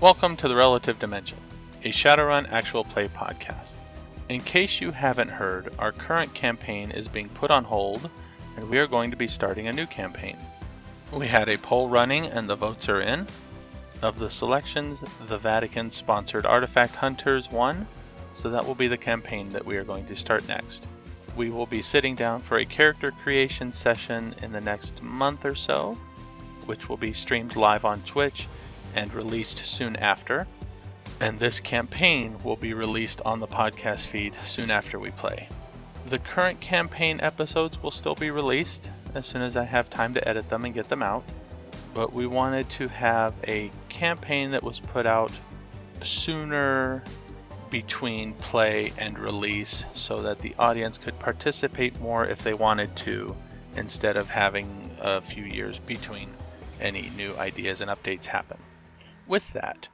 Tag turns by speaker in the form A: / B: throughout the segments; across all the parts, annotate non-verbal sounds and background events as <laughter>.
A: Welcome to the Relative Dimension, a Shadowrun actual play podcast. In case you haven't heard, our current campaign is being put on hold, and we are going to be starting a new campaign. We had a poll running, and the votes are in. Of the selections, the Vatican sponsored Artifact Hunters won, so that will be the campaign that we are going to start next. We will be sitting down for a character creation session in the next month or so, which will be streamed live on Twitch and released soon after. And this campaign will be released on the podcast feed soon after we play. The current campaign episodes will still be released as soon as I have time to edit them and get them out. But we wanted to have a campaign that was put out sooner between play and release so that the audience could participate more if they wanted to instead of having a few years between any new ideas and updates happen. With that,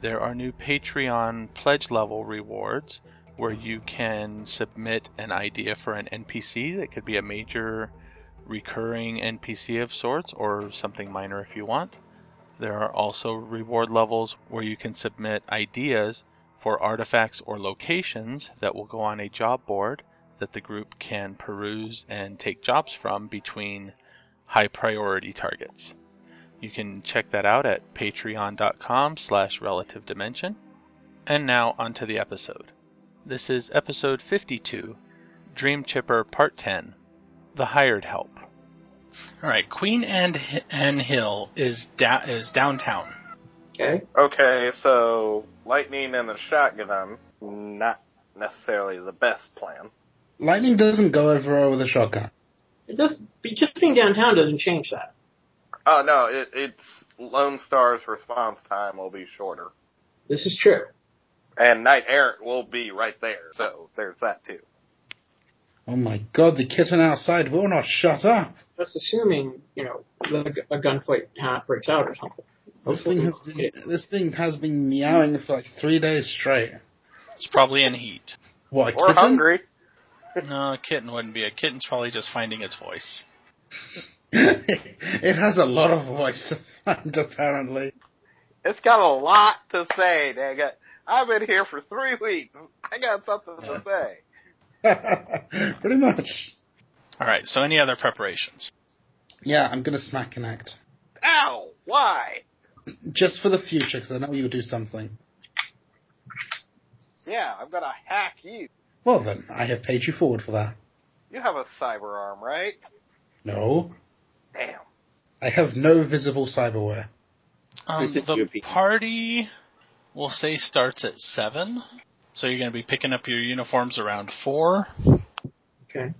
A: there are new Patreon pledge level rewards where you can submit an idea for an NPC that could be a major recurring NPC of sorts or something minor if you want. There are also reward levels where you can submit ideas for artifacts or locations that will go on a job board that the group can peruse and take jobs from between high priority targets. You can check that out at patreon.com slash relative dimension. And now onto the episode. This is episode 52, Dream Chipper Part 10, The Hired Help. All right, Queen Anne, Anne Hill is, da- is downtown.
B: Okay.
C: Okay, so lightning and a shotgun, not necessarily the best plan.
D: Lightning doesn't go everywhere with a shotgun.
B: It does. be- Just being downtown doesn't change that.
C: Oh no, it, it's Lone Star's response time will be shorter,
B: This is true.
C: and Knight Errant will be right there. So there's that too.
D: Oh my god, the kitten outside will not shut up.
B: That's assuming you know the, a gunfight ha- breaks out or something.
D: This thing has been this thing has been meowing for like three days straight.
A: It's probably in <laughs> heat.
D: What? a
C: Or
D: <laughs> kitten?
C: hungry.
A: No, a kitten wouldn't be. A kitten's probably just finding its voice.
D: it has a lot of voice to find, apparently. <laughs>
C: It's got a lot to say. Dang it! I've been here for three weeks. I got something to say.
D: Pretty much.
A: All right, so any other preparations?
D: Yeah, I'm gonna smack connect
C: Ow! Why?
D: just for the future because I know you'll do something.
C: Yeah, I'm gonna hack you.
D: Well then, I have paid you forward for that.
C: You have a cyber arm, right?
D: No,
C: Damn.
D: I have no visible cyberware.
A: Um,
E: Who's it
A: the
E: gonna be?
A: party, we'll say, starts at 7. So you're going to be picking up your uniforms around 4.
B: Okay.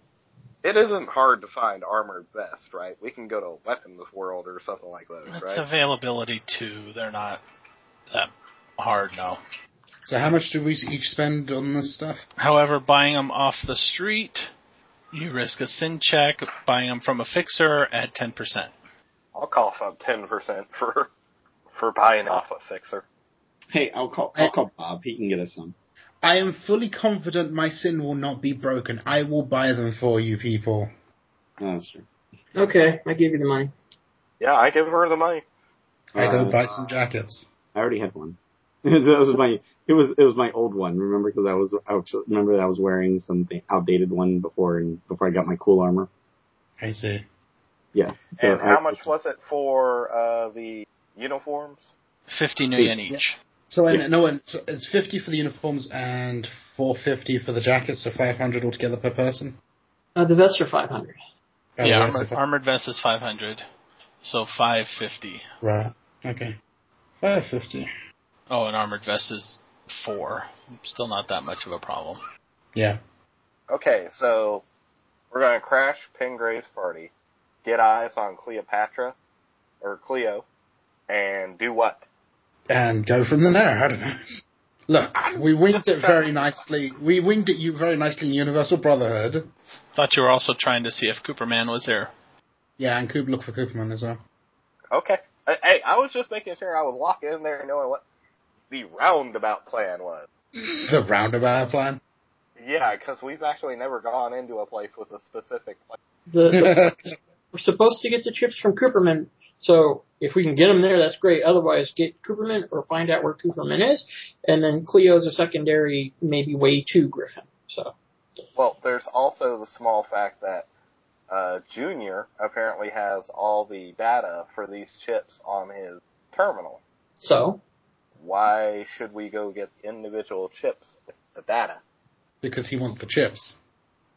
C: It isn't hard to find armored vest, right? We can go to Weapons World or something like those,
A: It's
C: right?
A: availability 2. They're not that hard, no.
D: So how much do we each spend on this stuff?
A: However, buying them off the street, you risk a sin check. Buying them from a fixer at 10%.
C: I'll cough up ten percent <laughs> for for buying off a fixer.
E: Hey, I'll call. I'll call Bob. He can get us some.
D: I am fully confident my sin will not be broken. I will buy them for you people.
E: No, that's true.
B: Okay. I give you the money.
C: Yeah, I give her the money.
D: I go
E: Uh,
D: buy some jackets.
E: I already had one. <laughs> that was my. It was. It was my old one. Remember, because I was. I was- remember I was wearing something outdated one before, and before I got my cool armor.
D: I see.
E: Yeah. So
C: And
E: I-
C: how much was it for uh the uniforms?
A: 50 new yen each.
D: So
E: Yeah.
D: I no, and so it's fifty for the uniforms and four fifty for the jackets, so five hundred altogether per person.
B: Uh, the vests are five hundred.
D: Oh,
A: yeah,
D: right,
A: armored,
D: so-
A: armored vest is 500. So 550.
D: right. Okay, five fifty.
A: Oh, an armored vest is 4. Still not that much of a problem.
D: Yeah,
C: Okay, so we're gonna crash Pengrave's party, get eyes on Cleopatra or Cleo, and do what?
D: and go from there. I don't know. Look, we winged it very nicely. We winged it you very nicely in Universal Brotherhood.
A: Thought you were also trying to see if Cooperman was there.
D: Yeah, and Coop look for Cooperman as well. <laughs>
C: Okay. Uh, Hey, I was just making sure I was walking in there knowing what the roundabout plan was.
D: The roundabout plan. <laughs>
C: Yeah, because we've actually never gone into a place with a specific plan.
D: <laughs>
B: The, the- we're supposed to get the chips from Cooperman So if we can get him there, that's great. Otherwise, get Cooperman or find out where Cooperman is, and then Cleo's a secondary, maybe way to Griffin. So
C: Well, there's also the small fact that uh, Junior apparently has all the data for these chips on his terminal.
B: so
C: Why should we go get individual chips with the data?
D: because he wants the chips.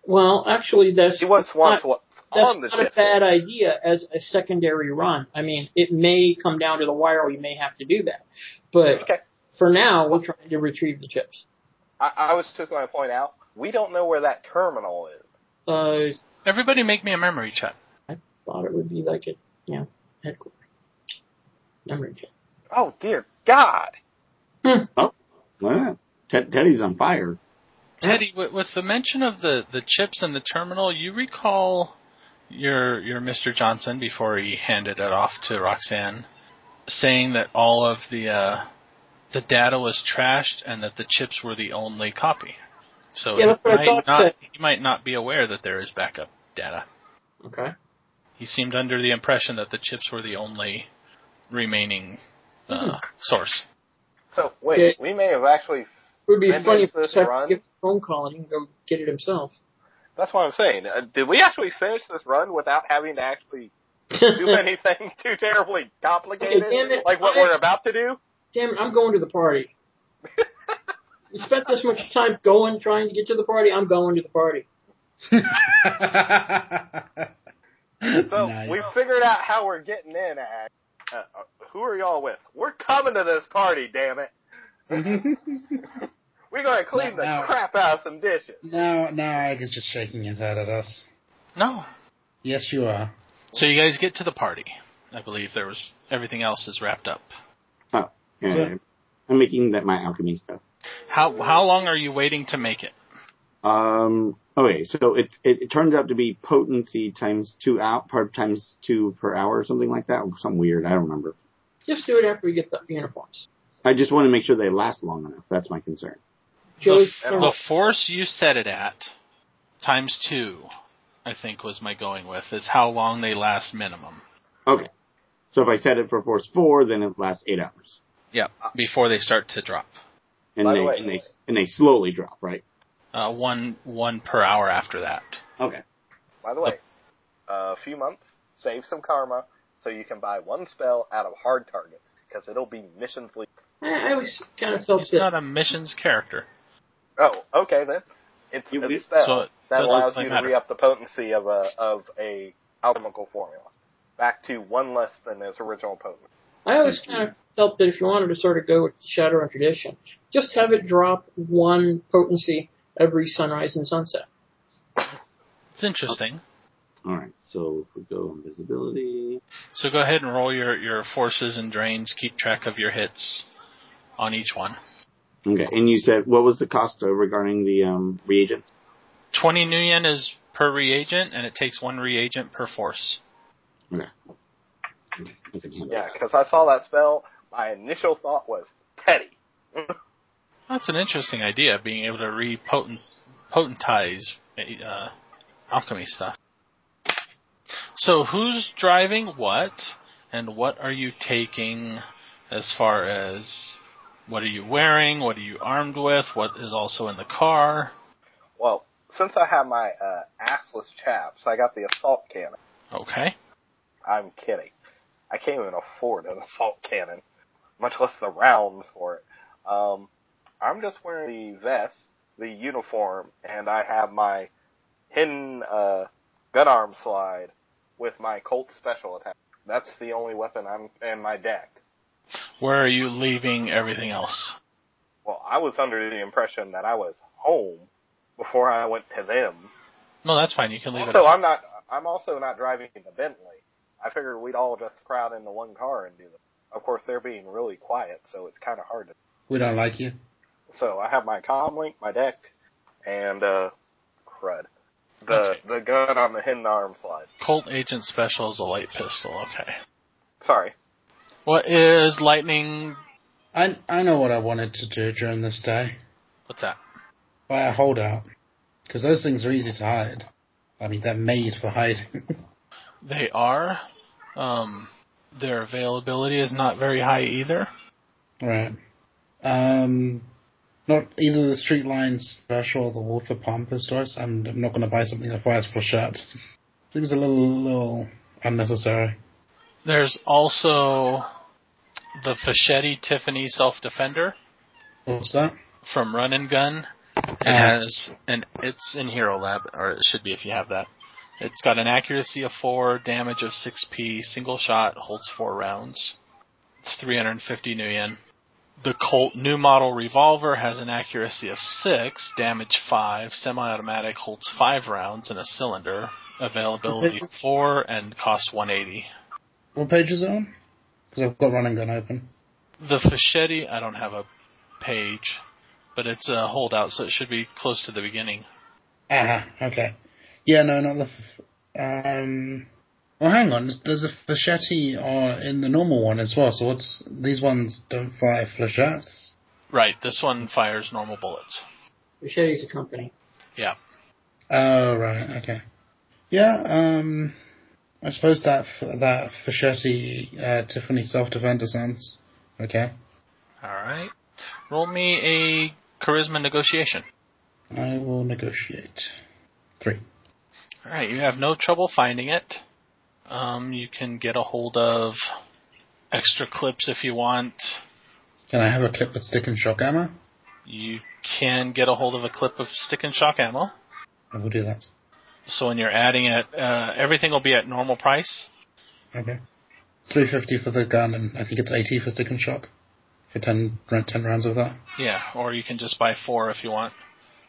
B: well, actually, that's
C: He wants wants what's
B: that's
C: on the
B: not a
C: chip.
B: bad idea as a secondary run. I mean, it may come down to the wire. We may have to do that, but
C: Okay.
B: for now, we're trying to retrieve the chips.
C: I, I was just going to point out we don't know where that terminal is.
B: I
A: Everybody make me a memory check.
B: Uh, thought it would be like a you know headquarters memory check.
C: Oh dear God!
E: Wow. Ted, Teddy's on fire.
A: Teddy, with, with the mention of the, the chips and the terminal, <laughs> you recall your your Mr. Johnson before he handed it off to Roxanne, saying that all of the uh, the data was trashed and that the chips were the only copy. So
B: Yeah, that's
A: he,
B: what I
A: might
B: thought,
A: not,
B: Ted.
A: he might not be aware that there is backup data.
B: Okay.
A: He seemed under the impression that the chips were the only remaining
B: Hmm.
A: uh, source.
C: So wait, we may have actually.
B: It would be
C: Maybe
B: funny if
C: it's this
B: Seth
C: run.
B: gave him a phone call and he can go get it himself.
C: That's what I'm saying. Uh, did we actually finish this run without having to actually
B: <laughs>
C: do anything too terribly complicated,
B: Okay, damn it.
C: like what we're about to do?
B: Damn it, I'm going to the party.
C: <laughs>
B: we spent this much time going, trying to get to the party. I'm going to the party.
C: So
D: Nice.
C: we figured out how we're getting in. Ash. Uh, uh, who are y'all with? We're coming to this party, damn it!
D: <laughs>
C: We're gonna clean
D: Now-
C: the
D: now-
C: crap out of some dishes.
D: now, now Ag is just shaking his head at us.
A: No,
D: Yes, you are.
A: So you guys get to the party. I believe there was everything else is wrapped up.
E: Yeah.
D: Sure.
E: I'm making that my alchemy stuff.
A: How how long are you waiting to make it?
E: Um, okay, so it, it it turns out to be potency times two out per times two per hour or something like that. Something weird. I don't remember.
B: Just do it after we get the uniforms.
E: I just want to make sure they last long enough. That's my concern.
A: The,
B: Joe's
A: f- the force you set it at times two, I think was my going with is how long they last minimum.
E: Okay, so if I set it for force four, then it lasts eight hours,
A: Yep. Before they start to drop,
E: and
C: By
E: they
C: the way-
E: and they and they slowly drop, right?
A: uh, one one per hour after that.
E: Okay.
C: By the way, uh, a few months, save some karma so you can buy one spell out of hard targets because it'll be missions. Le-
B: I, I always kind of felt
A: He's
B: that.
A: not a missions character.
C: oh, okay then. It's
E: You-
C: a
E: you-
C: spell
A: so it
C: that
A: doesn't
C: allows
A: really
C: you to
A: matter.
C: re up the potency of a of a alchemical formula back to one less than its original potency.
B: I always kind of felt that if you wanted to sort of go with the Shadowrun tradition, just have it drop one potency every sunrise and sunset.
A: It's interesting.
E: All right. So if we go on visibility,
A: So go ahead and roll your your forces and drains. Keep track of your hits on each one.
E: okay. And you said what was the cost uh, regarding the um, reagents?
A: 20 new yen is per reagent, and it takes one reagent per force.
E: I can handle
C: Yeah, because I saw that spell. My initial thought was Teddy.
A: That's an interesting idea, being able to re-potent, potentize uh, alchemy stuff. So who's driving what, and what are you taking as far as what are you wearing, what are you armed with, what is also in the car?
C: Well, since I have my uh, assless chaps, I got the assault cannon.
A: Okay.
C: I'm kidding. I can't even afford an <laughs> assault cannon, much less the rounds for it. Um, I'm just wearing the vest, the uniform, and I have my hidden uh, gun arm slide with my Colt special attack. That's the only weapon I'm in my deck.
A: Where are you leaving everything else?
C: Well, I was under the impression that I was home before I went to them.
A: No, that's fine. You can leave it.
C: Also, I'm not. I'm also not driving the Bentley. I figured we'd all just crowd into one car and do that. Of course, they're being really quiet, so it's kind of hard to.
D: We don't like you.
C: So I have my comm link, my deck, and uh, crud, the
A: Okay.
C: the gun on the hidden arm slide.
A: Colt Agent Special is a light pistol. Okay.
C: Sorry.
A: What is lightning?
D: I I know what I wanted to do during this day.
A: What's that?
D: Buy a holdout. Because those things are easy to <laughs> hide. I mean, they're made for hiding.
A: They are. Um, Their availability is not very high either.
D: Right. Um, not either the Streetline Special or the Walther Palm Pistols. I'm, I'm not going to buy something that fires for shut. Seems a little, little unnecessary.
A: There's also the Fischetti Tiffany Self Defender
D: What's that?
A: from Run and Gun. It has and it's in Hero Lab, or it should be if you have that. It's got an accuracy of four, damage of six P, single shot, holds four rounds. It's 350 new yen. The Colt new model revolver has an accuracy of six, damage five, semi-automatic, holds five rounds in a cylinder. Availability four and costs 180.
D: What page is it on? Because I've got Running Gun open.
A: The Fischetti, I don't have a page, but it's a holdout, so it should be close to the beginning.
D: Ah, okay. Yeah, no, not the. F- um. Well, hang on. There's- There's a Flechetti uh, in the normal one as well. So what's these ones don't fire flechettes?
A: Right, this one fires normal bullets.
B: Machete's a company.
A: Yeah.
D: Oh right, okay. Yeah, um, I suppose that f- that Fischetti uh, Tiffany self defender sounds okay.
A: All right. Roll me a charisma negotiation.
D: I will negotiate. Three.
A: All right, you have no trouble finding it. Um, you can get a hold of extra clips if you want.
D: Can I have a clip with stick and shock ammo?
A: You can get a hold of a clip of stick and shock ammo.
D: I will do that.
A: So when you're adding it, uh, everything will be at normal price.
D: Okay. Three fifty for the gun, and I think it's eighty for stick and shock. For 10, around 10 rounds of that.
A: Yeah, or you can just buy four if you want.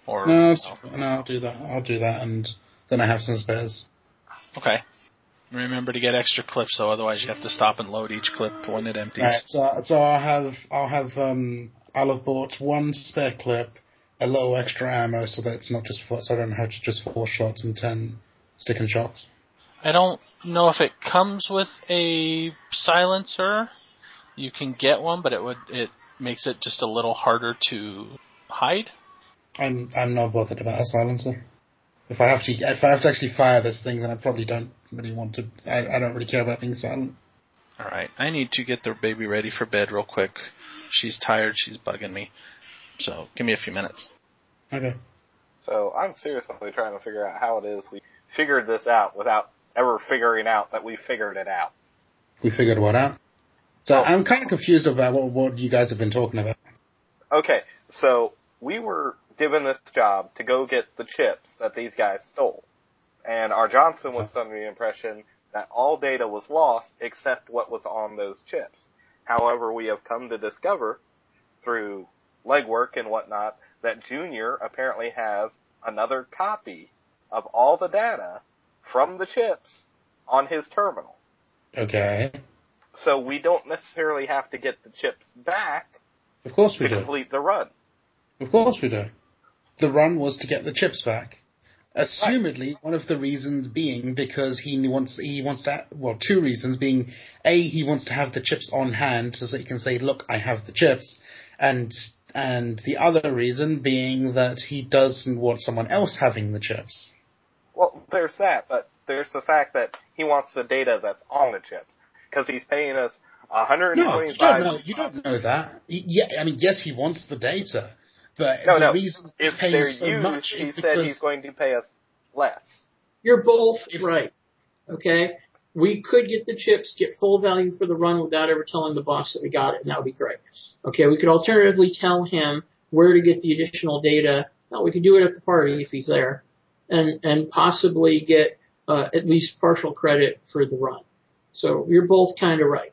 A: Or
D: No, it's- no, I'll do that. I'll do that, and then I have some spares.
A: Okay. Remember to get extra clips, though. Otherwise, you have to stop and load each clip when it empties.
D: Right, so so I'll have I'll have um I'll have bought one spare clip, a little extra ammo, so that it's not just four, so I don't have to just four shots and ten stick and shocks.
A: I don't know if it comes with a silencer. You can get one, but it would it makes it just a little harder to hide.
D: I'm I'm not bothered about a silencer. If I have to if I have to actually fire this thing, then I probably don't really want to. I, I don't really care about being silent.
A: All right, I need to get the baby ready for bed real quick. She's tired. She's bugging me. So give me a few minutes.
D: Okay.
C: So I'm seriously trying to figure out how it is we figured this out without ever figuring out that we figured it out.
D: We figured what out. So
C: Oh.
D: I'm kind of confused about what what you guys have been talking about.
C: Okay, so we were given this job to go get the chips that these guys stole. And our Johnson was under the impression that all data was lost except what was on those chips. However, we have come to discover through legwork and whatnot that Junior apparently has another copy of all the data from the chips on his terminal.
D: Okay.
C: So we don't necessarily have to get the chips back
D: Of course we
C: to
D: do.
C: complete the run.
D: Of course we do. The run was to get the chips back. Assumedly, one of the reasons being because he wants he wants to well two reasons being a he wants to have the chips on hand so that he can say look I have the chips, and and the other reason being that he doesn't want someone else having the chips.
C: Well, there's that, but there's the fact that he wants the data that's on the chips because he's paying us
D: No, you don't
C: 125.
D: know. You don't know that. Y- Yeah, I mean yes he wants the data, but
C: No,
D: the
C: no.
D: reason
C: If
D: he's
C: they're
D: paying so
C: used,
D: much
C: he
D: is
C: said
D: because
C: he's going to pay us less.
B: You're both
D: If-
B: right. Okay? We could get the chips, get full value for the run without ever telling the boss that we got it, and that would be great. Okay, we could alternatively tell him where to get the additional data. No, we could do it at the party if he's there, and and possibly get uh, at least partial credit for the run. So you're both kind of right.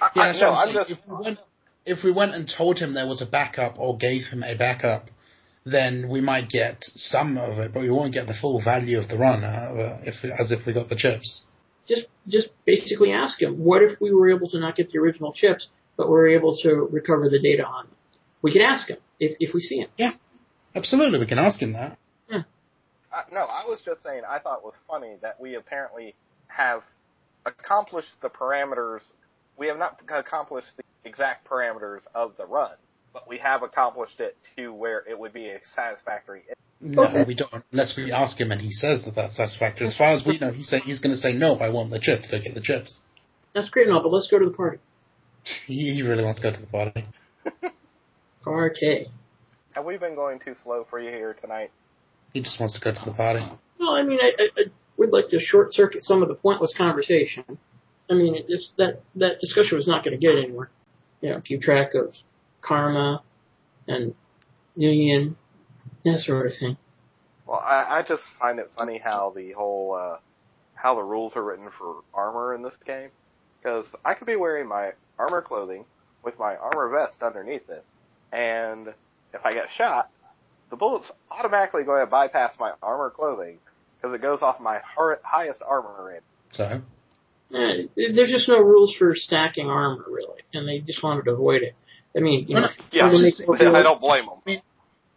C: I,
D: Yeah,
C: I,
D: that's
C: no,
D: what
C: I'm
D: I'm saying.
C: just.
D: If we, went, if we went and told him there was a backup or gave him a backup, then we might get some of it, but we won't get the full value of the run uh, if as if we got the chips.
B: just just basically ask him, what if we were able to not get the original chips, but we're able to recover the data on them? We can ask him if if we see him.
D: Absolutely, we can ask him that.
C: I, no, I was just saying. I thought it was funny that we apparently have accomplished the parameters. We have not accomplished the exact parameters of the run, but we have accomplished it to where it would be a satisfactory
D: No,
B: Okay.
D: we don't, unless we ask him and he says that that's satisfactory. As far as we know, he said he's going to say no. I want the chips. <laughs> Go get the chips.
B: That's great and all, but let's go to the party.
D: He he really wants to go to the party.
B: Party.
C: Have we been going too slow for you here tonight?
D: He just wants to go to the party.
B: Well, I mean, I, I, I would like to short circuit some of the pointless conversation. I mean, it just that that discussion was not going to get anywhere. You know, keep track of karma and union, that sort of thing.
C: Well, I, I just find it funny how the whole uh, how the rules are written for armor in this game, because I could be wearing my armor clothing with my armor vest underneath it, and if I get shot, the bullet's automatically going to bypass my armor clothing because it goes off my har- highest armor rating.
D: So
B: Eh, there's just no rules for stacking armor, really, and they just wanted to avoid it. I mean, you know,
C: Yeah,
B: wanted to make people feel
C: <laughs> I don't blame them.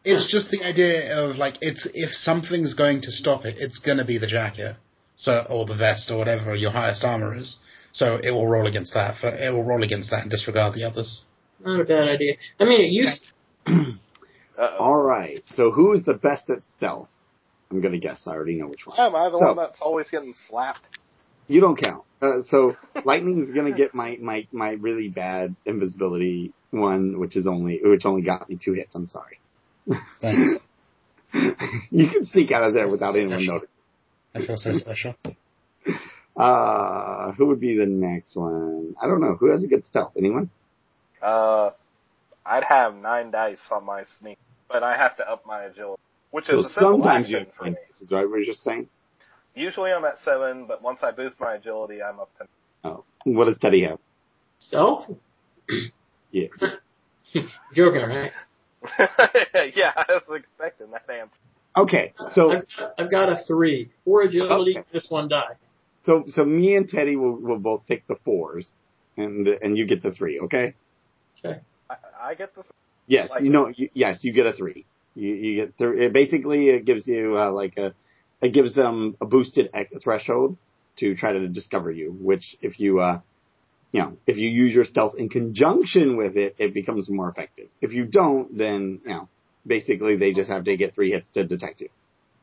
D: it's just the idea of like it's if something's going to stop it, it's gonna be the jacket, so or the vest or whatever your highest armor is. So it will roll against that. For, it will roll against that and disregard the others.
B: not a bad idea. I mean, it used
C: Uh-oh.
E: All right. So who is the best at stealth? I'm gonna guess. I already know which one.
C: Am I the
E: So-
C: one that's always getting slapped?
E: You don't count. Uh,
C: <laughs>
E: so lightning's gonna get my, my my really bad invisibility one, which is only which only got me two hits. I'm sorry. <laughs>
D: Thanks.
E: you can sneak out of there without anyone noticing.
D: I feel so special.
E: Uh, who would be the next one? I don't know. Who has a good stealth? Anyone?
C: Uh, I'd have nine dice on my sneak, but I have to up my agility, which is
E: So
C: a simple
E: sometimes
C: action
E: you-
C: for me.
E: Is that what we're just saying?
C: Usually I'm at seven, but once I boost my agility, I'm up to.
E: Oh, what does Teddy have?
B: stealth.
E: Yeah.
B: <laughs> Joking, right?
C: <laughs> yeah, I was expecting that answer.
E: Okay. So
B: I've, I've got a three, four agility,
E: Okay.
B: just one die.
E: so so me and Teddy will will both take the fours, and and you get the three. Okay.
C: I, I get the.
E: Yes,
C: Like-
E: you know. You, yes, you get a three. You, you get three. It basically, it gives you uh, like a, it gives them a boosted ec- threshold to try to discover you. Which, if you, uh, you know, if you use your stealth in conjunction with it, it becomes more effective. If you don't, then you know, basically they just have to get three hits to detect you.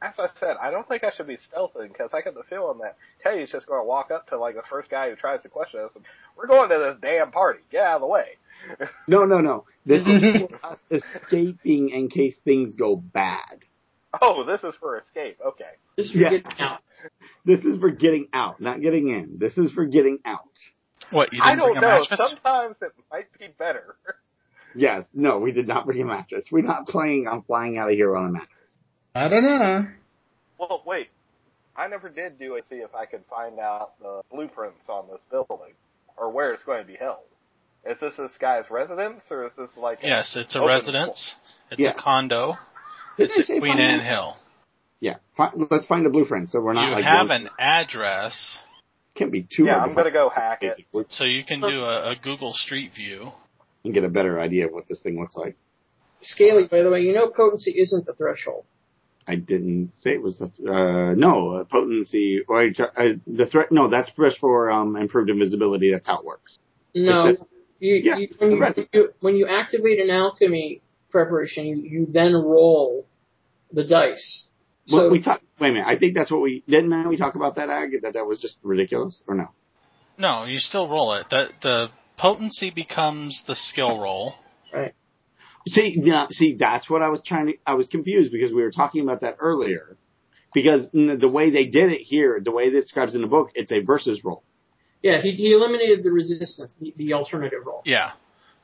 C: As I said, I don't think I should be stealthing because I get the feeling that Teddy's just going to walk up to like the first guy who tries to question us. And, We're going to this damn party. Get out of the way.
E: No, no, no. This is for us escaping in case things go bad.
C: Oh, this is for escape. Okay.
B: This is for
E: Yeah.
B: getting out.
E: This is for getting out, not getting in. This is for getting out.
A: What, you
C: I
A: didn't
C: don't
A: bring a
C: know.
A: mattress?
C: Sometimes it might be better. <laughs>
E: Yes, no, we did not bring a mattress. We're not playing on flying out of here on a mattress.
D: I don't know.
C: Well, wait. I never did do a see if I could find out the blueprints on this building or where it's going to be held. Is this this guy's residence or is this like? a-
A: Yes, it's a
C: Open
A: residence. It's
E: Yeah.
A: a condo.
E: Did
A: It's
E: I
A: at
E: say
A: Queen
E: flying?
A: Anne Hill.
E: Yeah, fi- let's find a blueprint so we're not
A: You
E: like
A: have
E: going-
A: an address,
E: Can't be too.
C: Yeah, I'm gonna go hack it.
E: basically
A: so you can do a, a Google Street View.
E: and get a better idea of what this thing looks like.
B: Scaly, by the way, you know potency isn't the threshold.
E: I didn't say it was the uh, no uh, potency or I, I- the threat. No, that's just for um, improved invisibility. That's how it works.
B: No,
E: Except-
B: you,
E: yeah,
B: you, when, you,
E: right.
B: you- when you activate an alchemy preparation, you, you then roll the dice.
E: Well,
B: So
E: we talk. Wait a minute. I think that's what we didn't. Man, we talk about that. Ag that that was just ridiculous or no?
A: No, you still roll it. The, the potency becomes the skill roll.
E: See, yeah, see, that's what I was trying to. I was confused because we were talking about that earlier. Because mm, the way they did it here, the way it describes in the book, it's a versus roll.
B: yeah, he, he eliminated the resistance, the, the alternative roll.
A: Yeah.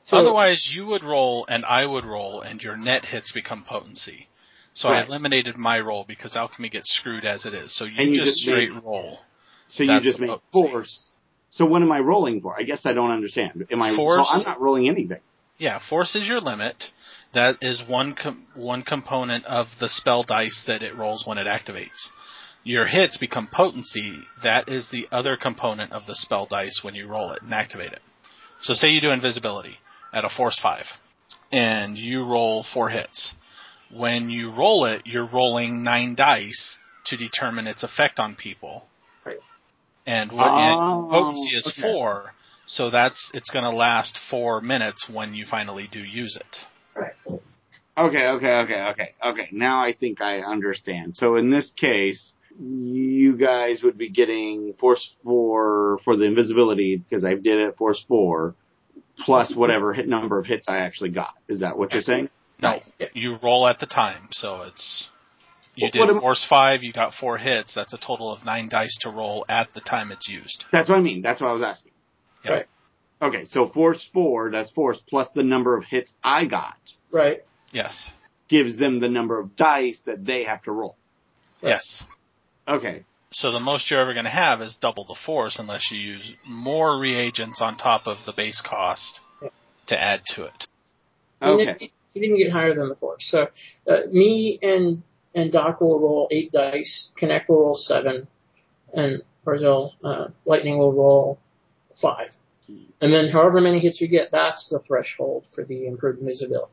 B: So
A: Otherwise, you would roll and I would roll, and your net hits become potency. So I
E: Right.
A: eliminated my roll because alchemy gets screwed as it is. So you,
E: And you
A: just,
E: just
A: straight
E: made-
A: roll.
E: So you
A: That's
E: just
A: the
E: make
A: potency.
E: force. So what am I rolling for? I guess I don't understand. Am I?
A: Force?
E: So I'm not rolling anything.
A: Yeah, force is your limit. That is one com- one component of the spell dice that it rolls when it activates. Your hits become potency. That is the other component of the spell dice when you roll it and activate it. So say you do invisibility at a force 5 and you roll 4 hits. When you roll it, you're rolling 9 dice to determine its effect on people.
B: Right.
A: And what and
E: Oh,
A: potency is
E: okay.
A: 4, so that's it's going to last 4 minutes when you finally do use it.
E: Okay, okay, okay, okay, okay. Now I think I understand. So in this case, you guys would be getting force four for the invisibility because I did it force four plus whatever hit number of hits I actually got. Is that what you're saying?
A: No, you roll at the time, so it's you did
E: What am-
A: force five. You got four hits. That's a total of nine dice to roll at the time it's used.
E: That's what I mean. That's what I was asking.
A: Yeah.
B: Right.
E: Okay, so force four, that's force plus the number of hits I got
B: Right.
A: Yes,
E: gives them the number of dice that they have to roll.
B: Right.
A: yes.
E: Okay,
A: So the most you're ever going to have is double the force, unless you use more reagents on top of the base cost to add to it.
B: And
E: okay.
B: it- He didn't get higher than the four. So uh, me and and Doc will roll eight dice. Connect will roll seven, and Barzil, uh Lightning will roll five. And then however many hits you get, that's the threshold for the improved visibility.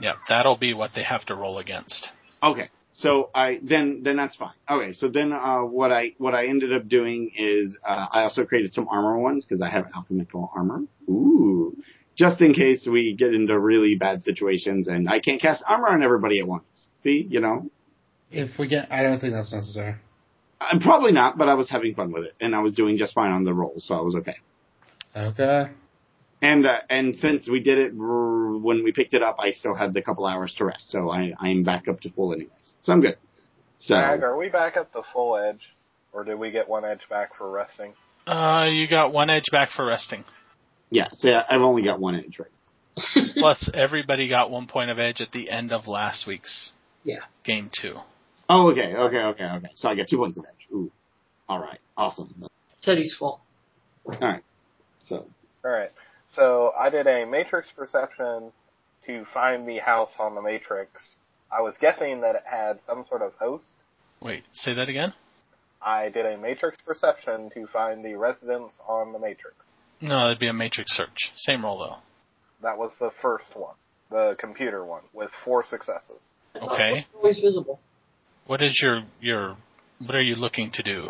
A: Yeah, that'll be what they have to roll against.
E: Okay. So I then then that's fine. Okay. So then uh, what I what I ended up doing is uh, I also created some armor ones because I have alchemical armor. Ooh. Just in case we get into really bad situations and I can't cast armor on everybody at once. See, you know,
D: If we get, I don't think that's necessary.
E: I'm Uh, probably not, but I was having fun with it and I was doing just fine on the rolls, so I was okay.
D: Okay.
E: And uh, and since we did it r- when we picked it up, I still had the couple hours to rest, so I I'm back up to full anyways, so I'm good. So
C: Mag, are we back at the full edge, or did we get one edge back for resting?
A: Uh, you got one edge back for resting.
E: yeah, so I've only got one edge right.
A: Plus, everybody got one point of edge at the end of last week's
B: Yeah.
A: game two.
E: Oh, okay, okay, okay, okay. So I get two points of edge. Ooh. All right. Awesome.
B: Teddy's fault.
E: All right. So.
C: All right. So I did a matrix perception to find the house on the matrix. I was guessing that it had some sort of host.
A: Wait, say that again?
C: I did a matrix perception to find the residence on the matrix.
A: No, that'd be a matrix search. Same roll
C: That was the first one, the computer one, with four successes.
A: though. Okay.
B: Always visible.
A: What is your your what are you looking to do?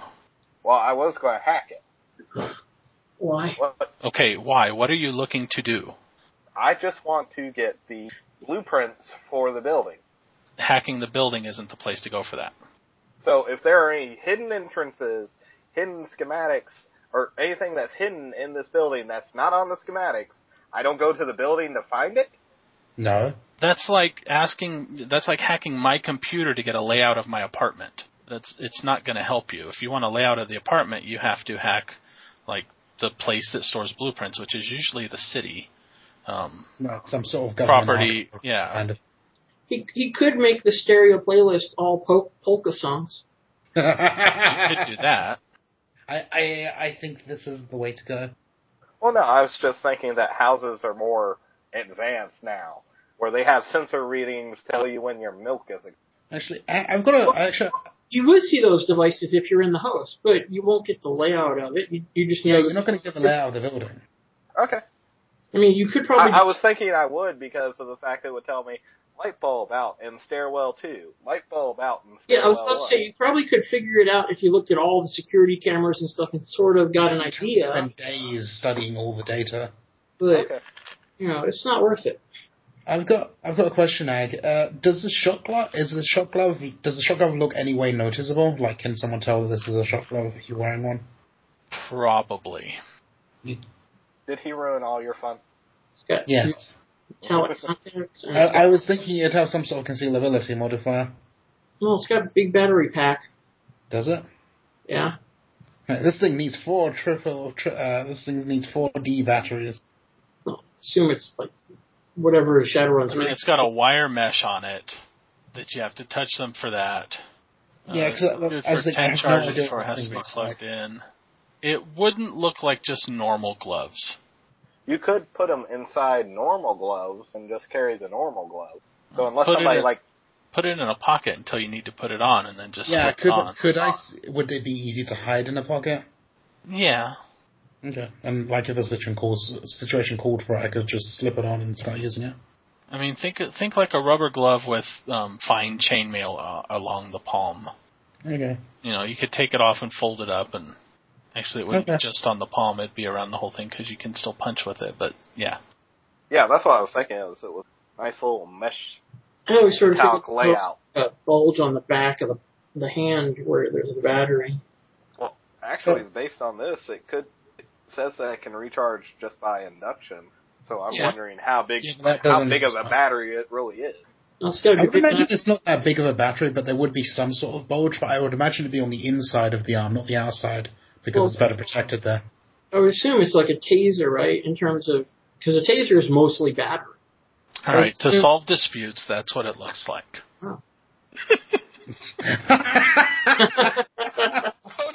C: Well, I was going to hack it,
B: Why?
C: but
A: Okay, why? What are you looking to do?
C: I just want to get the blueprints for the building.
A: Hacking the building isn't the place to go for that.
C: So if there are any hidden entrances, hidden schematics, or anything that's hidden in this building that's not on the schematics, I don't go to the building to find it.
D: No.
A: That's like asking that's like hacking my computer to get a layout of my apartment. That's it's not going to help you. If you want a layout of the apartment, you have to hack like the place that stores blueprints, which is usually the city. Um,
D: No, some sort of government
A: Property,
D: architecture
A: yeah.
D: Kind
A: <laughs>
D: of. <laughs>
B: He he could make the stereo playlist all pol- polka songs.
A: you could
D: <laughs>
A: do
D: I,
A: that.
D: I I think this is the way to go.
C: Well, no, I was just thinking that houses are more advanced now, where they have sensor readings tell you when your milk is.
D: Actually, I, I've got a actually.
B: You would see those devices if you're in the host, but you won't get the layout of it. You, you just
D: Yeah,
B: know.
D: you're not going to get the layout of the building.
C: Okay.
B: I mean, you could
C: I,
B: probably.
C: I was thinking I would because of the fact that it would tell me light bulb out in stairwell two, light bulb out in
B: Yeah, I
C: stairwell
B: was about to
C: one.
B: say you probably could figure it out if you looked at all the security cameras and stuff and sort of got an idea,
D: Spend days studying all the data.
B: but
C: Okay.
B: you know it's not worth it.
D: I've got I've got a question, Ag. Uh, does the shot glove is the shot glove does the shot glove look any way noticeable? Like, can someone tell that this is a shot glove if you're wearing one?
A: Probably.
C: Did he ruin all your fun?
B: It's got
D: Yes.
B: metallic contacts. And
D: I,
B: it's got,
D: I was thinking it'd have some sort of concealability modifier.
B: well, it's got a big battery pack.
D: Does it?
B: Yeah,
D: Uh, This thing needs four triple. Tri- uh, this thing needs four D batteries.
B: assume it's like whatever Shadowrun's.
A: I mean,
B: made.
A: it's got a wire mesh on it that you have to touch them for that. Uh,
D: Yeah, 'cause I-
A: good
D: I was
A: for
D: thinking- I
A: ten
D: have no
A: charges
D: idea
A: before it
D: what this
A: has to
D: thing
A: be
D: looks
A: plugged in. It wouldn't look like just normal gloves.
C: You could put them inside normal gloves and just carry the normal glove. So unless
A: Put it
C: somebody
A: in-
C: like
A: Put it in a pocket until you need to put it on, and then just
D: Yeah. uh,
A: slip
D: Could
A: it on.
D: could I? s- Would it be easy to hide in a pocket?
A: Yeah,
D: Okay. And like if the situation calls situation called for it, I could just slip it on and start using it.
A: I mean, think think like a rubber glove with um, fine chainmail uh, along the palm.
D: Okay.
A: You know, you could take it off and fold it up, and actually, it wouldn't
D: Okay.
A: be just on the palm; it'd be around the whole thing because you can still punch with it. But yeah,
C: yeah, that's what I was thinking. Is it was a nice little mesh
B: I always sort of
C: talc
B: think
C: layout.
B: a bulge on the back of the the hand where there's the battery.
C: Actually, based on this, it could it says that it can recharge just by induction. So I'm
B: Yeah.
C: wondering how big
D: Yeah, but that
C: how
D: doesn't
C: big of a
D: stop.
C: battery it really is.
B: Oh, it's gotta
D: I
B: be a
D: would
B: big
D: imagine
B: battery.
D: it's not that big of a battery, but there would be some sort of bulge. But I would imagine it'd be on the inside of the arm, not the outside, because
B: Well-
D: it's better protected there.
B: I would assume it's like a taser, right? In terms of because a taser is mostly battery.
A: All right, to solve disputes, that's what it looks like.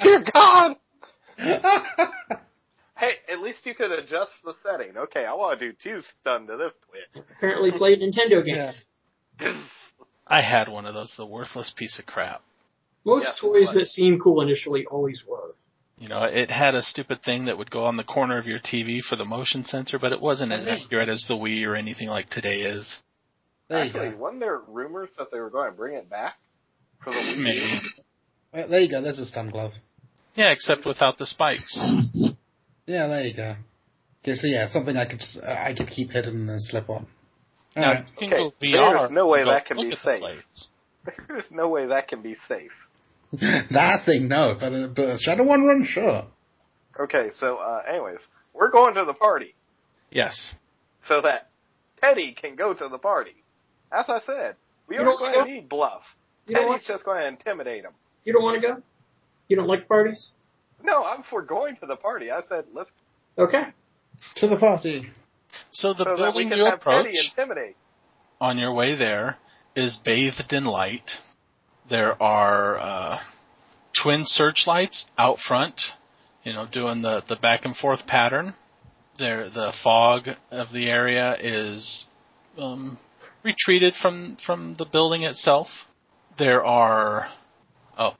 C: Dear God! <laughs> hey, at least you could adjust the setting. Okay, I want to do two stun to this twit.
B: Apparently, played Nintendo games.
D: yeah.
A: <laughs> I had one of those, the worthless piece of crap.
B: Most
C: Yeah,
B: toys
C: but-
B: that seem cool initially always were.
A: You know, it had a stupid thing that would go on the corner of your TV for the motion sensor, but it wasn't as accurate as the Wii or anything like today is.
D: There you
C: Actually,
D: go.
C: wasn't there rumors that they were going to bring it back
A: <laughs>
C: for the Wii U?
A: Maybe.
D: Well, There you go. There's a stun glove.
A: Yeah, except without the spikes.
C: Hmm,
D: Yeah, there you go. Okay, so yeah, something I could s- I could keep hidden and slip on. All
A: Now,
D: right.
A: you can
C: Okay,
A: go
C: there's
A: VR.
C: no way
A: and go
C: that can
A: look
C: be
A: at the
C: safe.
A: place.
C: There's no way that can be safe.
D: <laughs> that thing, no, but uh, but a Shadow One run, sure.
C: Okay, so uh, anyways, we're going to the party
A: Yes.
C: so that Teddy can go to the party. As I said, we
B: You
C: are
B: don't-
C: going
B: you
C: to
B: don't-
C: need bluff.
B: You don't want
C: Teddy's just going to intimidate him.
B: you don't want to go. You don't like parties.
C: No, I'm for going to the party. I said let's
B: Okay.
D: To the party.
A: So the
C: so that
A: building
C: we can
A: you
C: have
A: approach
C: Teddy intimidate.
A: on your way there is bathed in light. There are uh, twin searchlights out front, you know, doing the, the back and forth pattern. There, the fog of the area is um, retreated from from the building itself. There are oh,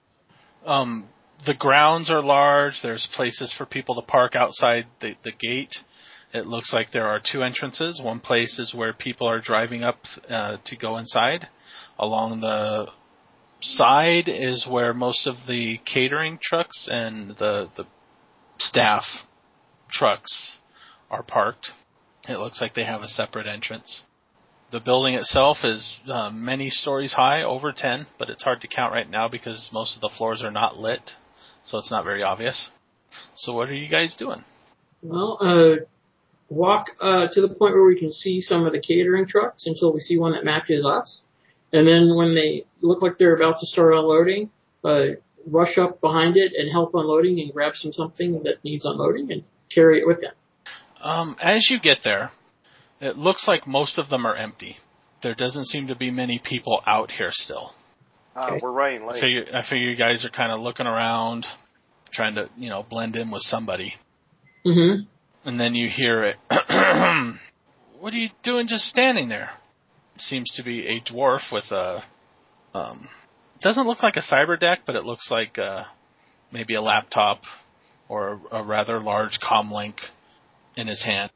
A: um, the grounds are large. There's places for people to park outside the, the gate. It looks like there are two entrances. One place is where people are driving up uh, to go inside. Along the side is where most of the catering trucks and the the staff trucks are parked. It looks like they have a separate entrance. The building itself is uh, many stories high, over 10, but it's hard to count right now because most of the floors are not lit, so it's not very obvious. So what are you guys doing?
B: Well, uh, walk uh, to the point where we can see some of the catering trucks until we see one that matches us, and then when they look like they're about to start unloading, uh, rush up behind it and help unloading and grab some something that needs unloading and carry it with them.
A: Um, as you get there, it looks like most of them are empty. There doesn't seem to be many people out here still.
C: Uh,
B: Okay.
C: We're running late.
A: So you, I figure you guys are kind of looking around, trying to you know blend in with somebody,
B: Mm-hmm.
A: and then you hear it. <clears throat> what are you doing, just standing there? Seems to be a dwarf with a. Um, doesn't look like a cyber deck, but it looks like uh, maybe a laptop or a, a rather large comlink in his hand.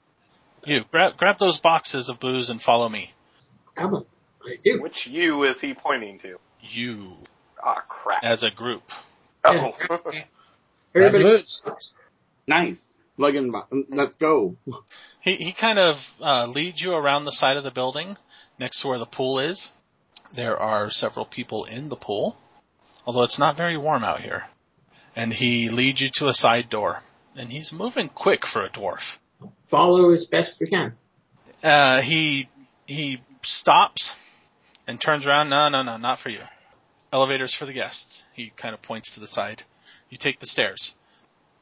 A: You grab grab those boxes of booze and follow me.
B: Come on, I do.
C: Which you is he pointing to?
A: You
C: Ah, crap.
A: as a group.
C: oh. <laughs>
B: Everybody.
D: Blues.
E: Nice. Plug in. my- Let's go.
A: He he kind of uh, leads you around the side of the building next to where the pool is. There are several people in the pool, although it's not very warm out here. And he leads you to a side door, and he's moving quick for a dwarf.
B: Follow as best we can.
A: Uh, he he stops and turns around. No, no, no, not for you. Elevators for the guests. He kind of points to the side. You take the stairs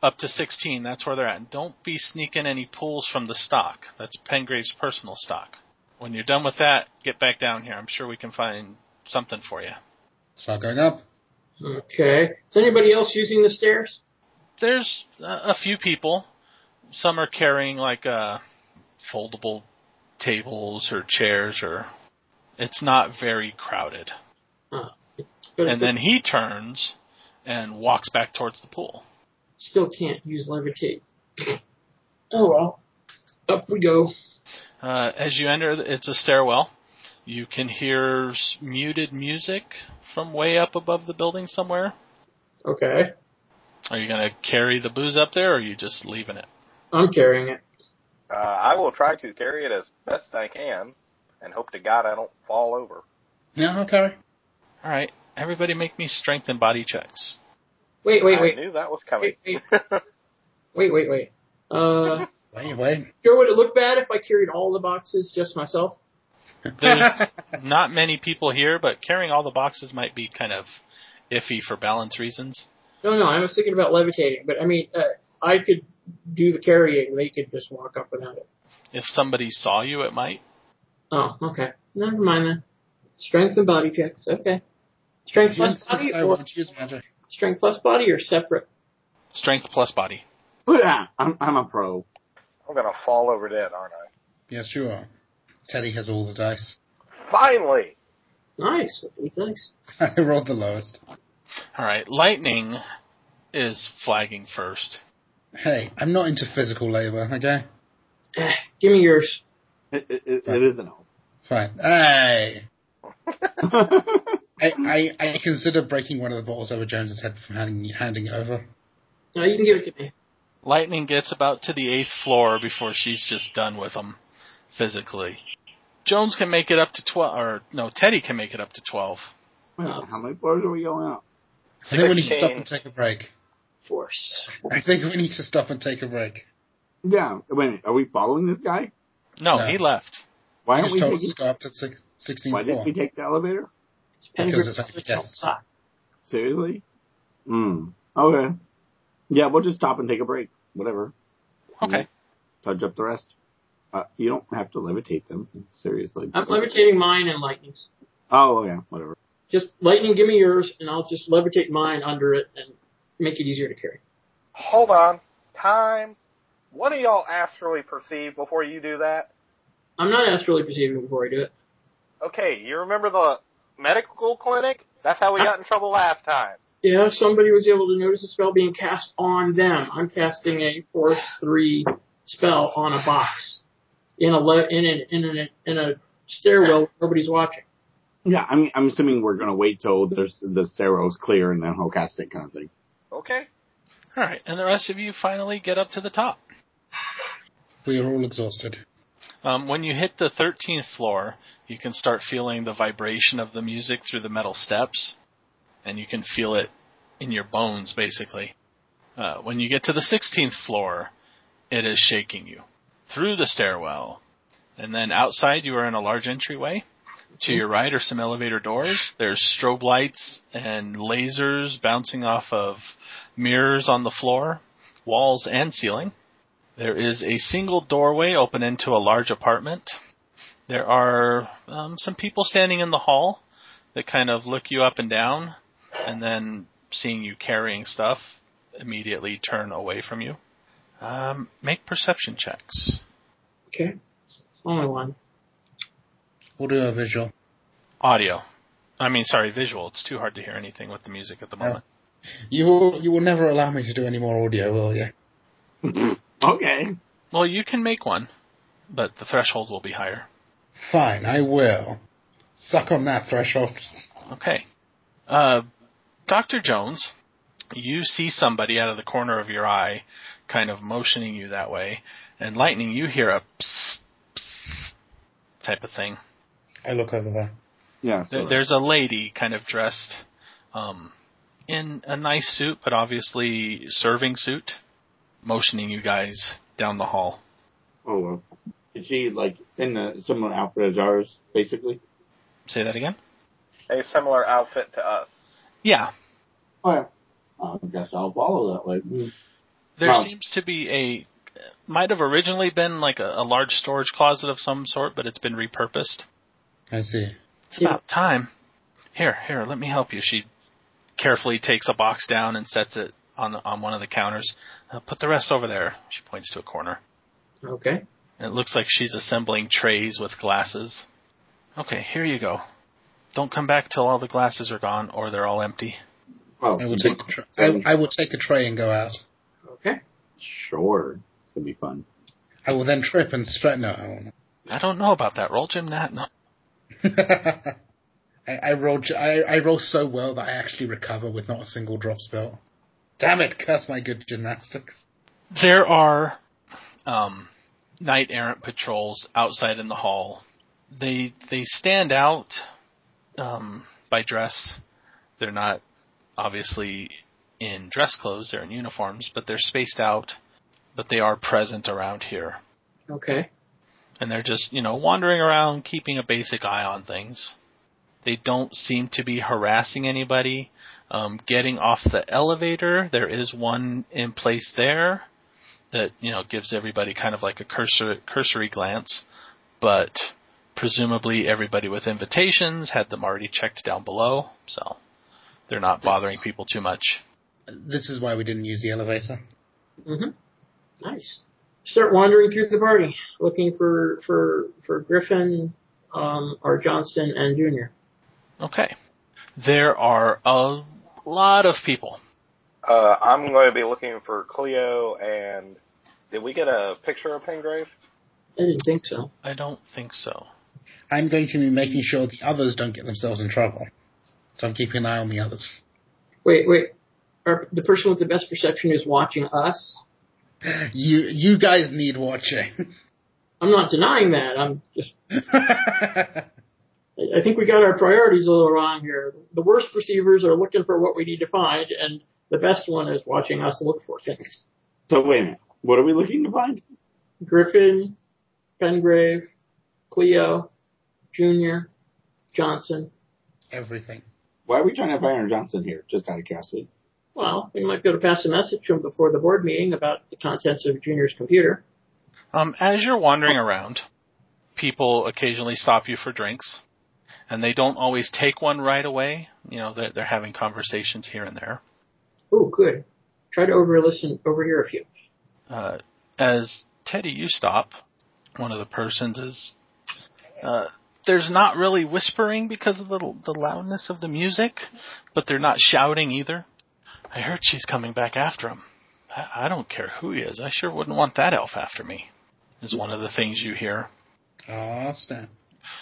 A: up to 16. That's where they're at. And don't be sneaking any pulls from the stock. That's Pengrave's personal stock. When you're done with that, get back down here. I'm sure we can find something for you.
D: Start going up.
B: Okay. Is anybody else using the stairs?
A: There's uh, a few people. Some are carrying like uh, foldable tables or chairs, or it's not very crowded.
B: But I
A: and then he turns and walks back towards the pool.
B: still can't use levitate. oh well. Up we go.
A: Uh, as you enter, it's a stairwell. You can hear s- muted music from way up above the building somewhere.
B: Okay.
A: Are you going to carry the booze up there, or are you just leaving it?
B: I'm carrying it.
C: Uh, I will try to carry it as best I can, and hope to God I don't fall over.
D: Yeah, okay.
A: All right. Everybody make me strength and body checks.
B: Wait, wait, wait,
C: I knew that was coming.
B: Wait,
C: <laughs>
B: wait, wait, wait. Uh,
D: Wait, <laughs> wait.
B: sure, would it look bad if I carried all the boxes just myself?
A: There's
D: <laughs>
A: not many people here, but carrying all the boxes might be kind of iffy for balance reasons.
B: No, no, I was thinking about levitating, but I mean, uh, I could do the carrying. They could just walk up without it.
A: If somebody saw you, it might.
B: Oh, okay. Never mind then. Strength and body checks. Okay. Strength
D: If you
B: plus
D: insist,
B: body
D: I
B: or
D: won't use magic.
B: strength plus body or separate?
A: Strength plus body.
E: Yeah, I'm, I'm a pro.
C: I'm gonna fall over dead, aren't I?
D: Yes, you are. Teddy has all the dice. <laughs>
C: Finally!
B: Nice. Thanks.
D: I rolled the lowest.
A: All right, lightning is flagging first.
D: Hey, I'm not into physical labor, okay?
B: Eh, give me yours.
E: It, it, it, it is an <laughs>
D: Fine. Hey!
E: elf.
D: I, I, I consider breaking one of the bottles over Jones's head from handing, handing it over.
B: No, you can give it to me.
A: Lightning gets about to the eighth floor before she's just done with them physically. Jones can make it up to twelve, or no, Teddy can make it up to twelve.
B: Oh,
E: How many floors are we going up?
D: I think we need to stop
C: 16.
D: and take a break.
B: force.
D: I think we need to stop and take a break.
E: Yeah. Wait a minute. Are we following this guy?
A: No,
D: No.
A: he left.
E: Why
D: I
E: aren't
D: just
E: we
D: told us
E: taking,
D: to go up to six, 16
E: Why didn't
D: floor.
E: we take the elevator?
D: Because it's like a guess.
E: Seriously? Hmm. Okay. Yeah, we'll just stop and take a break. Whatever.
A: Okay.
E: Touch up the rest. Uh, you don't have to levitate them. Seriously.
B: I'm levitating mine and lightning's.
E: Oh yeah, whatever.
B: Just lightning, give me yours, and I'll just levitate mine under it and make it easier to carry.
C: Hold on. Time. What do y'all astrally perceive before you do that?
B: I'm not astrally perceiving before I do it.
C: Okay, you remember the medical clinic? That's how we got in trouble last time.
B: Yeah, somebody was able to notice a spell being cast on them. I'm casting a force three spell on a box in a le- in an in an in a stairwell. Nobody's watching.
E: Yeah, I mean, I'm assuming we're gonna wait till there's the stero's clear and then he'll cast it kind of thing.
C: Okay.
A: All right, and the rest of you finally get up to the top.
D: We are all exhausted.
A: Um, when you hit the 13th floor, you can start feeling the vibration of the music through the metal steps, and you can feel it in your bones, basically. Uh, when you get to the 16th floor, it is shaking you through the stairwell. And then outside, you are in a large entryway. To your right are some elevator doors. There's strobe lights and lasers bouncing off of mirrors on the floor, walls, and ceiling. There is a single doorway open into a large apartment. There are um, some people standing in the hall that kind of look you up and down, and then seeing you carrying stuff, immediately turn away from you. Um, make perception checks.
B: Okay, only one.
D: We'll do a visual.
A: Audio. I mean, sorry, visual. It's too hard to hear anything with the music at the moment.
D: You will, you will never allow me to do any more audio, will you?
B: <laughs>
E: okay.
A: Well, you can make one, but the threshold will be higher.
D: Fine, I will. Suck on that threshold.
A: Okay. Uh, Dr. Jones, you see somebody out of the corner of your eye kind of motioning you that way, and Lightning, you hear a psst, psst type of thing.
D: I look over there.
E: Yeah.
A: There, there's a lady kind of dressed um, in a nice suit, but obviously serving suit, motioning you guys down the hall.
E: Oh well. Is she like in a similar outfit as ours, basically?
A: Say that again?
C: A similar outfit to us.
A: Yeah.
E: Oh yeah. I guess I'll follow that way. Mm.
A: There
E: Wow.
A: seems to be a might have originally been like a, a large storage closet of some sort, but it's been repurposed.
D: I see.
A: It's about time. Here, here, let me help you. She carefully takes a box down and sets it on on one of the counters. Uh, put the rest over there. She points to a corner.
B: Okay,
A: And it looks like she's assembling trays with glasses. Okay, here you go. Don't come back till all the glasses are gone or they're all empty.
E: Oh,
D: I will
E: so-
D: take a tra- I, I will take a tray and go out.
B: okay.
E: Sure. It's gonna be fun.
D: I will then trip and spread. No, I won't.
A: I don't know about that. Roll Jim Nat. No.
D: <laughs> I, I roll. j- I, I roll so well that I actually recover with not a single drop spill. Damn it! Curse my good gymnastics.
A: There are um, knight errant patrols outside in the hall. They they stand out um, by dress, They're not obviously in dress clothes, they're in uniforms, but they're spaced out, but they are present around here.
B: Okay.
A: And they're just, you know, wandering around, keeping a basic eye on things. They don't seem to be harassing anybody. Um, getting off the elevator, there is one in place there that, you know, gives everybody kind of like a cursor, cursory glance, but presumably everybody with invitations had them already checked down below, so they're not bothering people too much.
D: This is why we didn't use the elevator.
B: hmm Nice. Start wandering through the party, looking for for for Griffin, um, or Johnston and Junior.
A: Okay. There are a lot of people.
C: Uh, I'm going to be looking for Cleo and did we get a picture of Pengrave?
B: I didn't think so.
A: I don't think so.
D: I'm going to be making sure the others don't get themselves in trouble. So I'm keeping an eye on the others.
B: Wait, wait. Are, the person with the best perception is watching us.
D: You you guys need watching. <laughs>
B: I'm not denying that. I'm just. I I think we got our priorities a little wrong here. The worst perceivers are looking for what we need to find, and the best one is watching us look for things.
E: So wait a minute. What are we looking to find?
B: Griffin, Pengrave, Cleo, Junior, Johnson.
D: Everything.
E: Why are we trying to have Iron Johnson here? Just out of curiosity.
B: Well, we might be able to pass a message to him before the board meeting about the contents of Junior's computer.
A: Um, as you're wandering around, people occasionally stop you for drinks, and they don't always take one right away. You know, they're, they're having conversations here and there.
B: Oh, good. Try to over listen, overhear a few.
A: Uh, as Teddy, you stop. One of the persons is. Uh, there's not really whispering because of the the loudness of the music, but they're not shouting either. I heard she's coming back after him. I, I don't care who he is. I sure wouldn't want that elf after me. Is one of the things you hear.
D: Oh, snap.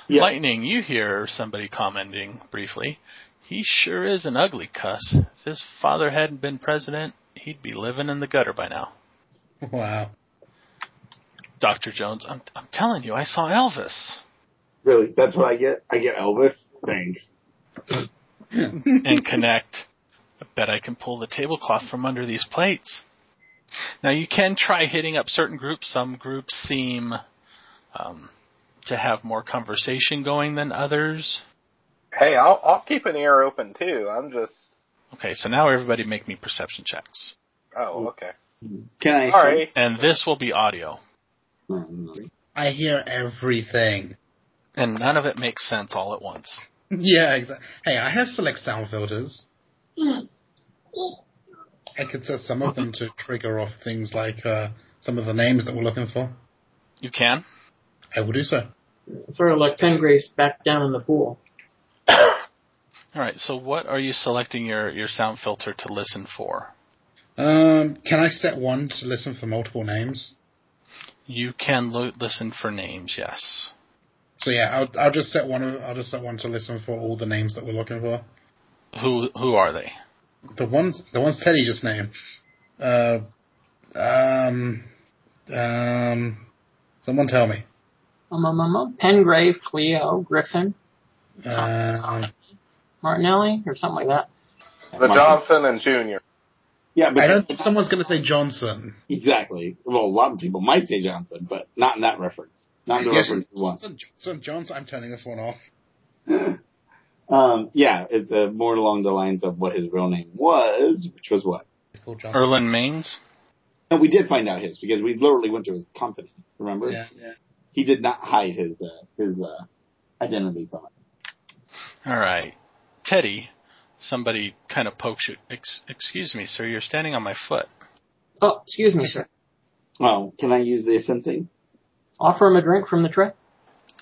E: Yeah.
A: Lightning, you hear somebody commenting briefly. He sure is an ugly cuss. If his father hadn't been president, he'd be living in the gutter by now.
D: Wow.
A: Dr. Jones, I'm, I'm telling you, I saw Elvis.
E: Really? That's what I get? I get Elvis? Thanks.
A: And connect. I bet I can pull the tablecloth from under these plates. Now, you can try hitting up certain groups. Some groups seem um, to have more conversation going than others.
C: Hey, I'll, I'll keep an ear open too. I'm just,
A: Okay, so now everybody make me perception checks.
C: oh, okay.
E: Can I?
C: Sorry.
A: And this will be audio.
D: I hear everything.
A: And none of it makes sense all at once.
D: Yeah, exactly. Hey, I have select sound filters. I could set some of them to trigger off things like uh, some of the names that we're looking for.
A: You can?
D: I will do so.
B: Sort of like Pengrave's back down in the pool.
A: All right. So what are you selecting your your sound filter to listen for?
D: Um, can I set one to listen for multiple names?
A: You can lo- listen for names. Yes.
D: So yeah, I'll, I'll just set one. I'll just set one to listen for all the names that we're looking for.
A: Who who are they?
D: The ones, the ones Teddy just named. Uh, um, um, someone tell me.
B: Um, um, um, um, Pengrave, Cleo, Griffin,
D: Uh,
B: Martinelli, or something like that.
C: The Johnson and Junior.
E: Yeah, but
D: I don't think someone's going to say Johnson.
E: exactly. Well, a lot of people might say Johnson, but not in that reference. Not in the
D: Yes.
E: reference you want.
D: Johnson, Johnson, Johnson. I'm turning this one off.
E: <laughs> Um, yeah, it's uh, more along the lines of what his real name was, which was what?
D: It's called Johnson.
A: Erlen Maines.
E: No, we did find out his because we literally went to his company. Remember?
D: Yeah, yeah.
E: He did not hide his uh, his uh, identity from it.
A: All right. Teddy. Somebody kind of pokes you. Ex- excuse me, sir. You're standing on my foot.
B: Oh, excuse me, sir.
E: Oh, can I use the sensing?
B: Offer him a drink from the tray.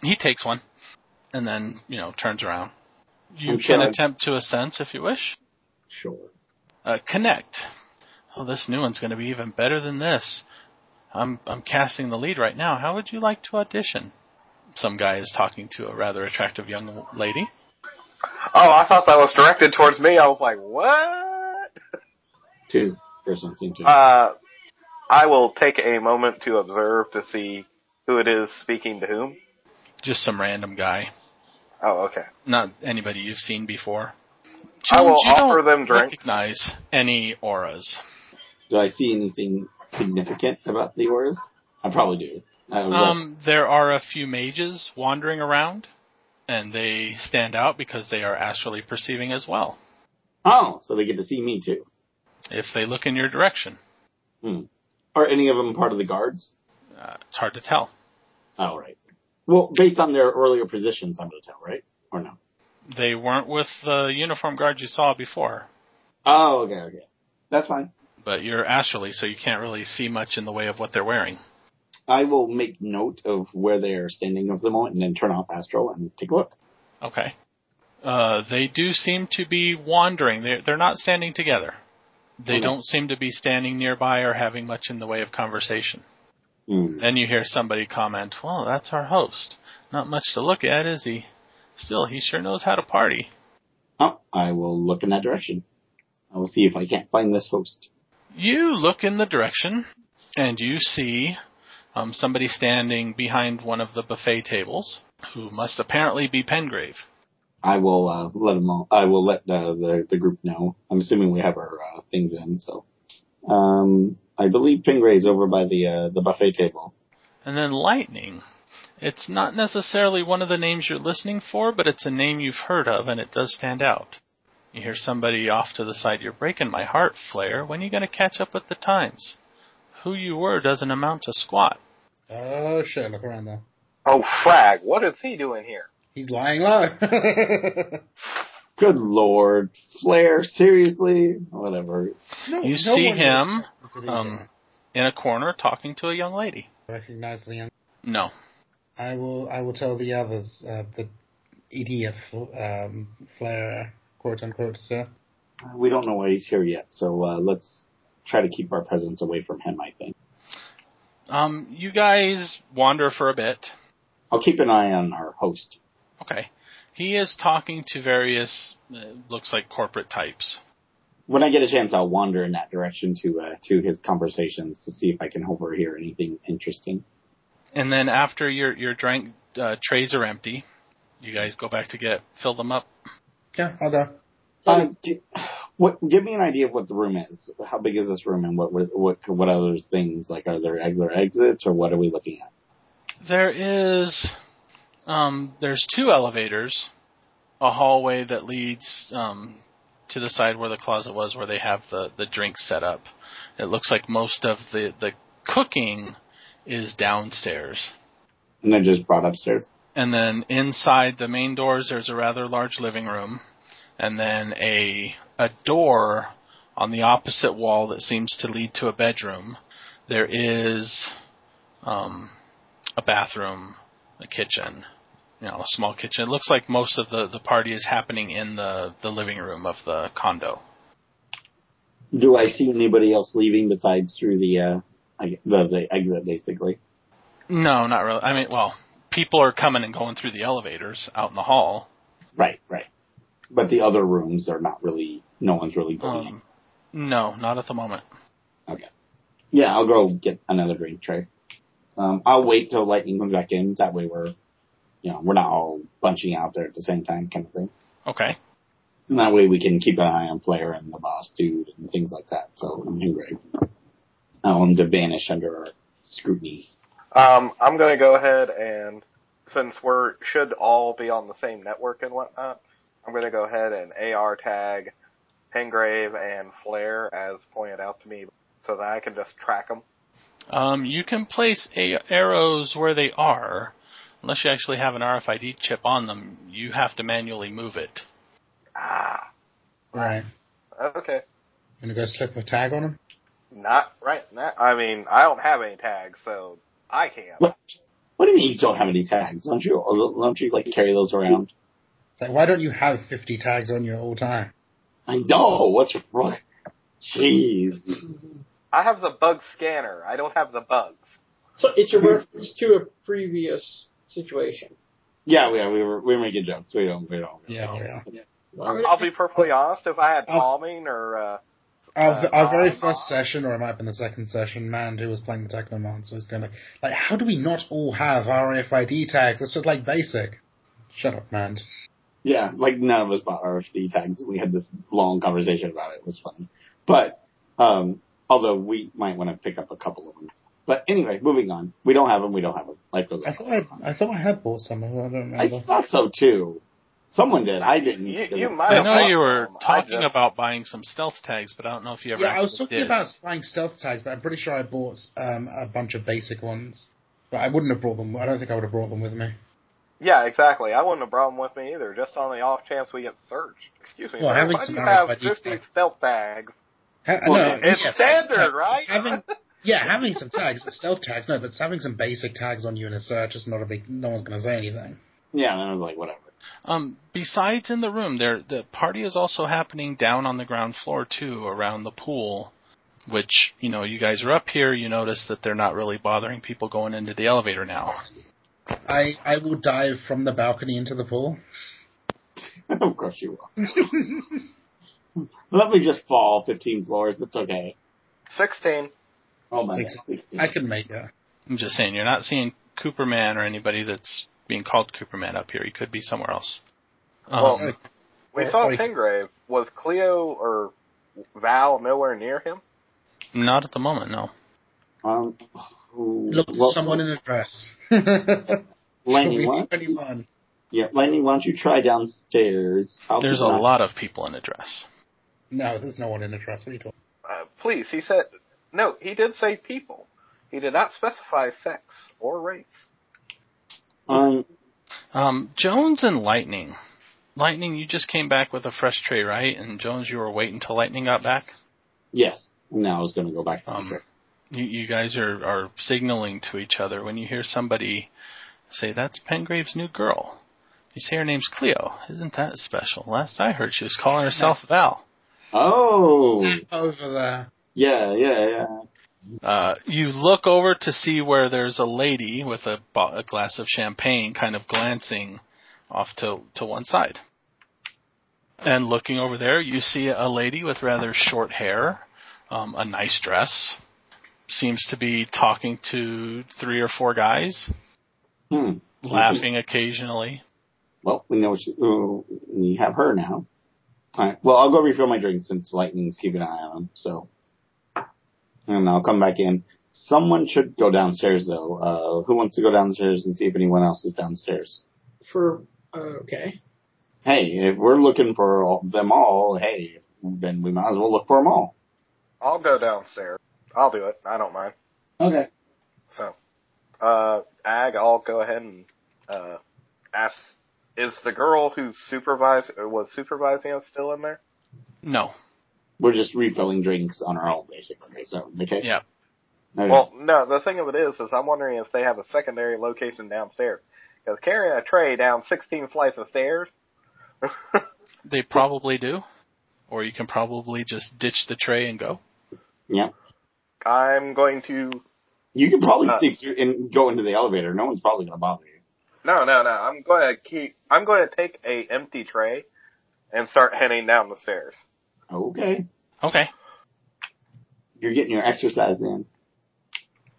A: He takes one, and then you know turns around. You
E: I'm
A: can
E: sure I-
A: attempt to ascend if you wish.
E: Sure.
A: Uh, connect. Oh, this new one's going to be even better than this. I'm I'm casting the lead right now. How would you like to audition? Some guy is talking to a rather attractive young lady.
C: Oh, I thought that was directed towards me. I was like, what?
E: Two for sensing two.
C: Uh, I will take a moment to observe to see who it is speaking to whom.
A: Just some random guy,
C: Oh, okay.
A: not anybody you've seen before.
C: I will
A: you
C: offer
A: don't
C: them drinks.
A: Recognize any auras?
E: Do I see anything significant about the auras? I probably do. I would roll-
A: Um, there are a few mages wandering around, and they stand out because they are astrally perceiving as well.
E: oh, so they get to see me too.
A: If they look in your direction,
E: Are any of them part of the guards?
A: uh, it's hard to tell.
E: All right. Well, based on their earlier positions, I'm going to tell, right? Or no?
A: They weren't with the uniform guard you saw before,
E: Oh, okay, okay. That's fine.
A: but you're astrally, so you can't really see much in the way of what they're wearing.
E: I will make note of where they are standing at the moment and then turn off Astral and take a look.
A: Okay. Uh, they do seem to be wandering. They're, they're not standing together. They
E: Okay.
A: don't seem to be standing nearby or having much in the way of conversation.
E: Hmm.
A: Then you hear somebody comment, Well, that's our host. Not much to look at, is he? Still, he sure knows how to party.
E: Oh, I will look in that direction. I will see if I can't find this host.
A: You look in the direction, and you see um, somebody standing behind one of the buffet tables, who must apparently be Pengrave.
E: I will uh, let them. All, I will let uh, the the group know. I'm assuming we have our uh, things in. So, um, I believe Pingray's over by the uh, the buffet table.
A: And then Lightning. It's not necessarily one of the names you're listening for, but it's a name you've heard of, and it does stand out. You hear somebody off to the side, You're breaking my heart, Flair. When you going to catch up with the times? Who you were doesn't amount to squat.
D: Oh shit! Look around there.
C: Oh, frag! What is he doing here?
D: He's
A: <laughs>
D: lying low.
E: Good lord, Flair! Seriously, whatever.
D: No-
A: You
D: no
A: see
D: one
A: him,
D: expects to be
A: um,
D: there.
A: in a corner talking to a young lady.
D: Recognize the young.
A: No.
D: I will. I will tell the others uh, the EDF um, flair, quote unquote, sir.
E: Uh, We don't know why he's here yet, so uh, let's try to keep our presence away from him. I think
A: Um, you guys wander for a bit.
E: I'll keep an eye on our host.
A: Okay. He is talking to various, uh, looks like corporate types.
E: When I get a chance, I'll wander in that direction to uh, to his conversations to see if I can overhear anything interesting.
A: And then after your, your drink uh, trays are empty, you guys go back to get, fill them up.
D: Yeah, I'll go.
E: Uh, gi- what? Give me an idea of what the room is. How big is this room, and what what what, what other things like are there regular exits, or what are we looking at?
A: There is, um, there's two elevators, a hallway that leads, um, to the side where the closet was, where they have the, the drinks set up. It looks like most of the, the cooking is downstairs.
E: And they're just brought upstairs.
A: And then inside the main doors, there's a rather large living room, and then a a door on the opposite wall that seems to lead to a bedroom. There is um, a bathroom, a kitchen, you know, a small kitchen. It looks like most of the, the party is happening in the, the living room of the condo.
E: Do I see anybody else leaving besides through the uh I- the the exit basically?
A: No, not really. I mean, well, people are coming and going through the elevators out in the hall,
E: Right, right. But the other rooms are not really. No one's really going. in.
A: Um, no, not at the moment.
E: Yeah, I'll go get another drink tray. Um, I'll wait till lightning comes back in. That way we're, you know, we're not all bunching out there at the same time, kind of thing.
A: Okay.
E: And that way we can keep an eye on Flair and the boss dude and things like that. So I'm hungry. I want him to vanish under our scrutiny.
C: Um, I'm gonna go ahead and since we're should all be on the same network and whatnot, I'm gonna go ahead and AR tag Pengrave and Flair as pointed out to me, so that I can just track them.
A: Um, you can place a- arrows where they are, unless you actually have an RFID chip on them. You have to manually move it.
C: Ah,
D: Right.
C: okay.
D: Gonna go slip a tag on him.
C: Not right now. I mean, I don't have any tags, so I can't.
E: What? What do you mean you don't have any tags? Don't you? Don't you like carry those around?
D: It's like, why don't you have fifty tags on you at all time?
E: I know. What's wrong? Jeez.
C: I have the bug scanner. I don't have the bugs.
B: So it's a reference to a previous situation.
E: Yeah, we are. We were. We were making jokes. We don't. We don't.
D: Yeah, we are.
B: Why would it
C: I'll be perfectly honest. If I had
D: I'll-
C: palming or uh,
D: Our,
C: Uh,
D: our very
C: uh,
D: first session, or it might have been the second session, man who was playing the Technomancer was going to, like, how do we not all have RFID tags? It's just like basic. Shut up, man.
E: Yeah, like none of us bought RFD tags. We had this long conversation about it. It was funny. But, um, although we might want to pick up a couple of them. But anyway, moving on. We don't have them. We don't have them. Life goes
D: I
E: on.
D: thought I, I thought I had bought some. I don't
E: I
D: remember.
E: thought so too. Someone did. I didn't.
C: You, you might
A: I
C: have
A: know
C: bought
A: you were
C: them. I
A: talking
C: just-
A: about buying some stealth tags, but I don't know if you ever.
D: yeah, I was
A: actually
D: talking
A: did.
D: about buying stealth tags, but I'm pretty sure I bought um, a bunch of basic ones. But I wouldn't have brought them. I don't think I would have brought them with me.
C: Yeah, exactly. I wouldn't have brought them with me either, just on the off chance we get searched. Excuse me,
D: Well,
C: man,
D: having
C: why do you
D: some
C: have
D: RFID
C: 50
D: tag-
C: stealth tags?
D: Ha-
E: Well,
D: no,
C: It's
D: yeah,
C: standard,
D: tag-
C: right? <laughs>
D: Having yeah, having some tags, <laughs> stealth tags, no, but having some basic tags on you in a search is not a big. No one's going to say anything.
E: Yeah, and I was like, whatever. <laughs>
A: Um, besides in the room, there the party is also happening down on the ground floor too, around the pool. Which you know, you guys are up here. You notice that they're not really bothering people going into the elevator now.
D: I I will dive from the balcony into the pool.
E: of course you will.
A: <laughs>
E: Let me just fall 15 floors. It's okay.
C: 16.
E: Oh my
D: Six.
E: god.
D: I can make it.
A: I'm just saying, you're not seeing Cooperman or anybody that's being called Cooperman up here. He could be somewhere else. Um,
E: Oh,
C: Well, We
D: Well,
C: saw
D: like-
C: Pingrave. Was Cleo or Val nowhere near him?
A: not at the moment, no.
E: Um,
D: Look
E: well,
D: at someone in a
E: <laughs>
D: dress. Should
E: Lenny,
D: we
E: what?
D: leave anyone?
E: Yeah, Lenny, why don't you try downstairs? I'll
A: There's a
E: keep an eye-
A: lot of people in a dress.
D: No, there's no one in a dress. What are you talking?
C: Uh, please, he said. No, he did say people. He did not specify sex or race.
E: Um,
A: Um, Jones and Lightning. Lightning, you just came back with a fresh tray, right? And Jones, you were waiting till Lightning got back.
E: yes. No, I was going to go back. to the
A: Um,
E: trip.
A: You, you guys are, are signaling to each other when you hear somebody say, "That's Pengrave's new girl." You say her name's Cleo. Isn't that special? Last I heard, she was calling herself Val.
E: oh,
D: Over there.
E: yeah, yeah, yeah.
A: Uh, you look over to see where there's a lady with a, bo- a glass of champagne kind of glancing off to, to one side. And looking over there, you see a lady with rather short hair, um, a nice dress, seems to be talking to three or four guys,
E: Hmm.
A: laughing occasionally.
E: Well, we know she, ooh, we have her now. All right. Well, I'll go refill my drink since Lightning's keeping an eye on him. So, and I'll come back in. Someone should go downstairs though. Uh, who wants to go downstairs and see if anyone else is downstairs?
B: For uh, okay,
E: Hey, if we're looking for all, them all, hey, then we might as well look for them all.
C: I'll go downstairs. I'll do it. I don't mind.
E: Okay.
C: So, uh, Ag, I'll go ahead and uh, ask: Is the girl who supervised or was supervising us still in there?
A: No.
E: We're just refilling drinks on our own, basically. So, okay.
A: Yeah.
E: Okay.
C: Well, no. The thing of it is, is I'm wondering if they have a secondary location downstairs because carrying a tray down 16 flights of stairs.
A: They probably do. Or you can probably just ditch the tray and go.
E: yeah.
C: I'm going to
E: You could probably
C: Uh,
E: sneak through and go into the elevator. No one's probably going to bother you.
C: No, no, no. I'm going to keep. I'm going to take a empty tray and start heading down the stairs.
E: Okay.
A: Okay.
E: You're getting your exercise in.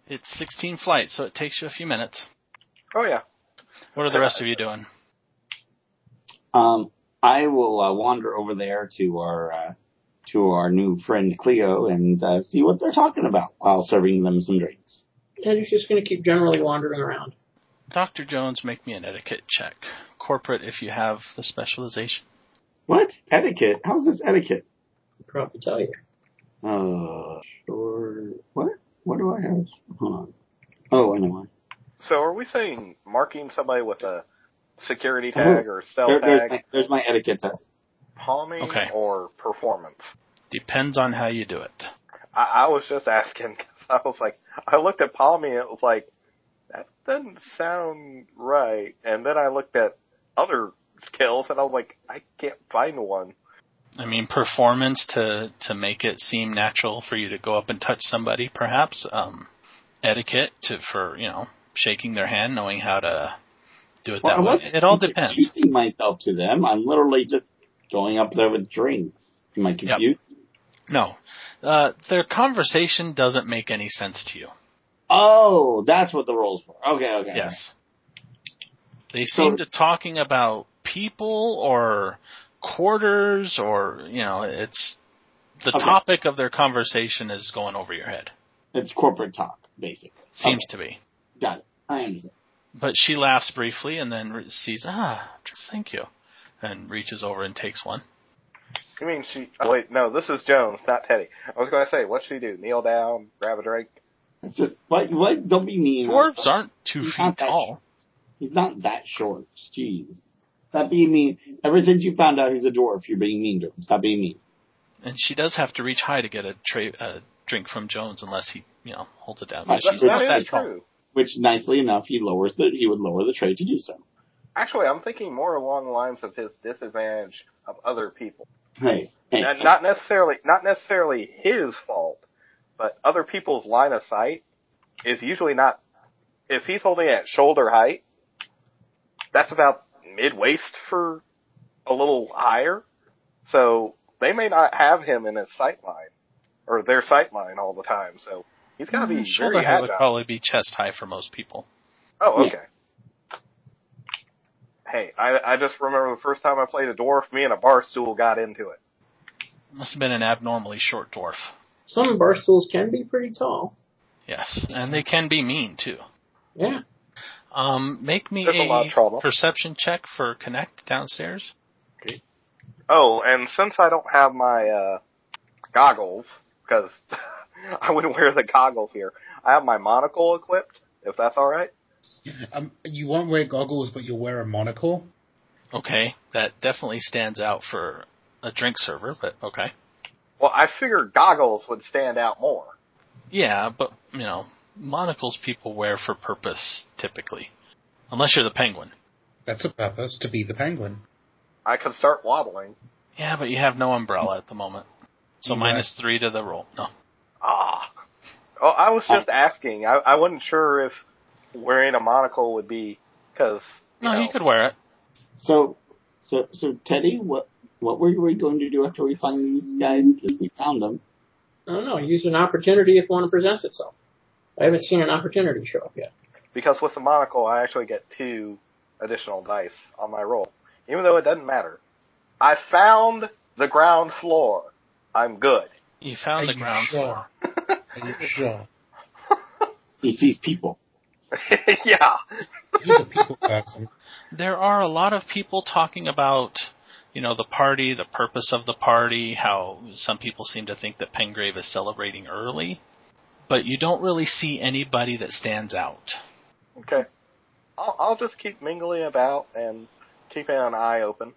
A: It's 16 flights, so it takes you a few minutes.
C: Oh yeah.
A: What are the rest of you doing?
E: Um, I will uh, wander over there to our uh, to our new friend Cleo and uh, see what they're talking about while serving them some drinks.
B: Ted is just going to keep generally wandering around.
A: Dr. Jones, make me an etiquette check. Corporate, if you have the specialization.
E: What etiquette? How's this etiquette?
B: I'll probably tell you.
E: Uh, sure. What? What do I have? Hold on. Oh, I know. why.
C: So are we saying marking somebody with a security tag or cell
E: There, there's,
C: tag,
E: my, there's my etiquette test.
C: palming,
A: Okay.
C: or performance?
A: Depends on how you do it.
C: I, I was just asking <laughs> 'cause I was like, I looked at palming and it was like, that doesn't sound right. And then I looked at other skills and I was like, I can't find one.
A: I mean, performance to, to make it seem natural for you to go up and touch somebody, perhaps. Um, etiquette to, for, you know, shaking their hand, knowing how to do it that
E: Well, I
A: way.
E: wasn't
A: It all depends.
E: Introducing myself to them, I'm literally just going up there with drinks. Am I confused?
A: No. Uh, their conversation doesn't make any sense to you.
E: Oh, that's what the role's for. Okay, okay.
A: Yes. They
E: So-
A: seem to talking about people or quarters or you know it's the
E: Okay.
A: topic of their conversation is going over your head.
E: It's corporate talk, basically.
A: Seems to be.
E: Got it. I understand.
A: But she laughs briefly and then re- sees ah, just thank you, and reaches over and takes one.
C: You mean she? Oh, wait, no. This is Jones, not Teddy. I was going to say, what's she do? Kneel down, grab a drink.
E: It's just what what don't be mean.
A: Dwarves aren't two
E: He's
A: feet
E: not that-
A: tall.
E: He's not that short. Jeez. Stop being mean. Ever since you found out he's a dwarf, you're being mean to him. Stop being mean.
A: and she does have to reach high to get a tray, a drink from Jones unless he, you know, holds it down.
E: Right,
A: But she's
E: that-
A: not
E: that
A: that
C: is
A: tall.
C: true.
E: Which nicely enough, he lowers the he would lower the tray to do so.
C: Actually, I'm thinking more along the lines of his disadvantage of other people.
E: Hey, hey.
C: Not- not necessarily, not necessarily his fault, but other people's line of sight is usually not. If he's holding it at shoulder height, that's about mid waist for a little higher. So they may not have him in his sight line or their sight line all the time. So he's got to be
A: Mm, Shoulder
C: very
A: height would
C: agile.
A: probably be chest high for most people.
C: Oh,
E: Yeah.
C: okay. Hey, I I just remember the first time I played a dwarf, me and a bar stool got into it.
A: Must have been an abnormally short dwarf.
B: Some barstools can be pretty tall.
A: Yes,
D: Mm-hmm.
A: and they can be mean too.
B: Yeah.
A: Um, make me
C: There's a lot of trauma.
A: perception check for Connect downstairs.
C: Oh, and since I don't have my uh goggles, because <laughs> I wouldn't wear the goggles here, I have my monocle equipped, if that's alright.
D: Um, you won't wear goggles, but you'll wear a monocle.
A: Okay, that definitely stands out for a drink server, but okay.
C: Well, I figured goggles would stand out more.
A: Yeah, but you know, monocles people wear for purpose typically, unless you're the penguin.
D: That's a purpose to be the penguin.
C: I could start wobbling.
A: Yeah, but you have no umbrella at the moment. So
D: Right.
A: minus three to the roll. No.
C: Ah. Oh, I was just asking. I, I wasn't sure if wearing a monocle would be, because,
A: No,
C: know,
A: you could wear it.
E: So, so, so Teddy, what what were we going to do after we find these guys? Because we found them.
B: I don't know. Use an opportunity if one presents itself. I haven't seen an opportunity show up yet.
C: because with the monocle I actually get two additional dice on my roll, even though it doesn't matter. I found the ground floor. I'm good.
A: You found
D: Are
A: the
D: you
A: ground
D: sure?
A: floor.
D: Are you sure?
E: He sees people.
C: <laughs> yeah.
D: He's a people person.
A: There are a lot of people talking about, you know, the party, the purpose of the party, how some people seem to think that Pengrave is celebrating early, but you don't really see anybody that stands out.
C: Okay. I'll, I'll just keep mingling about and keeping an eye open,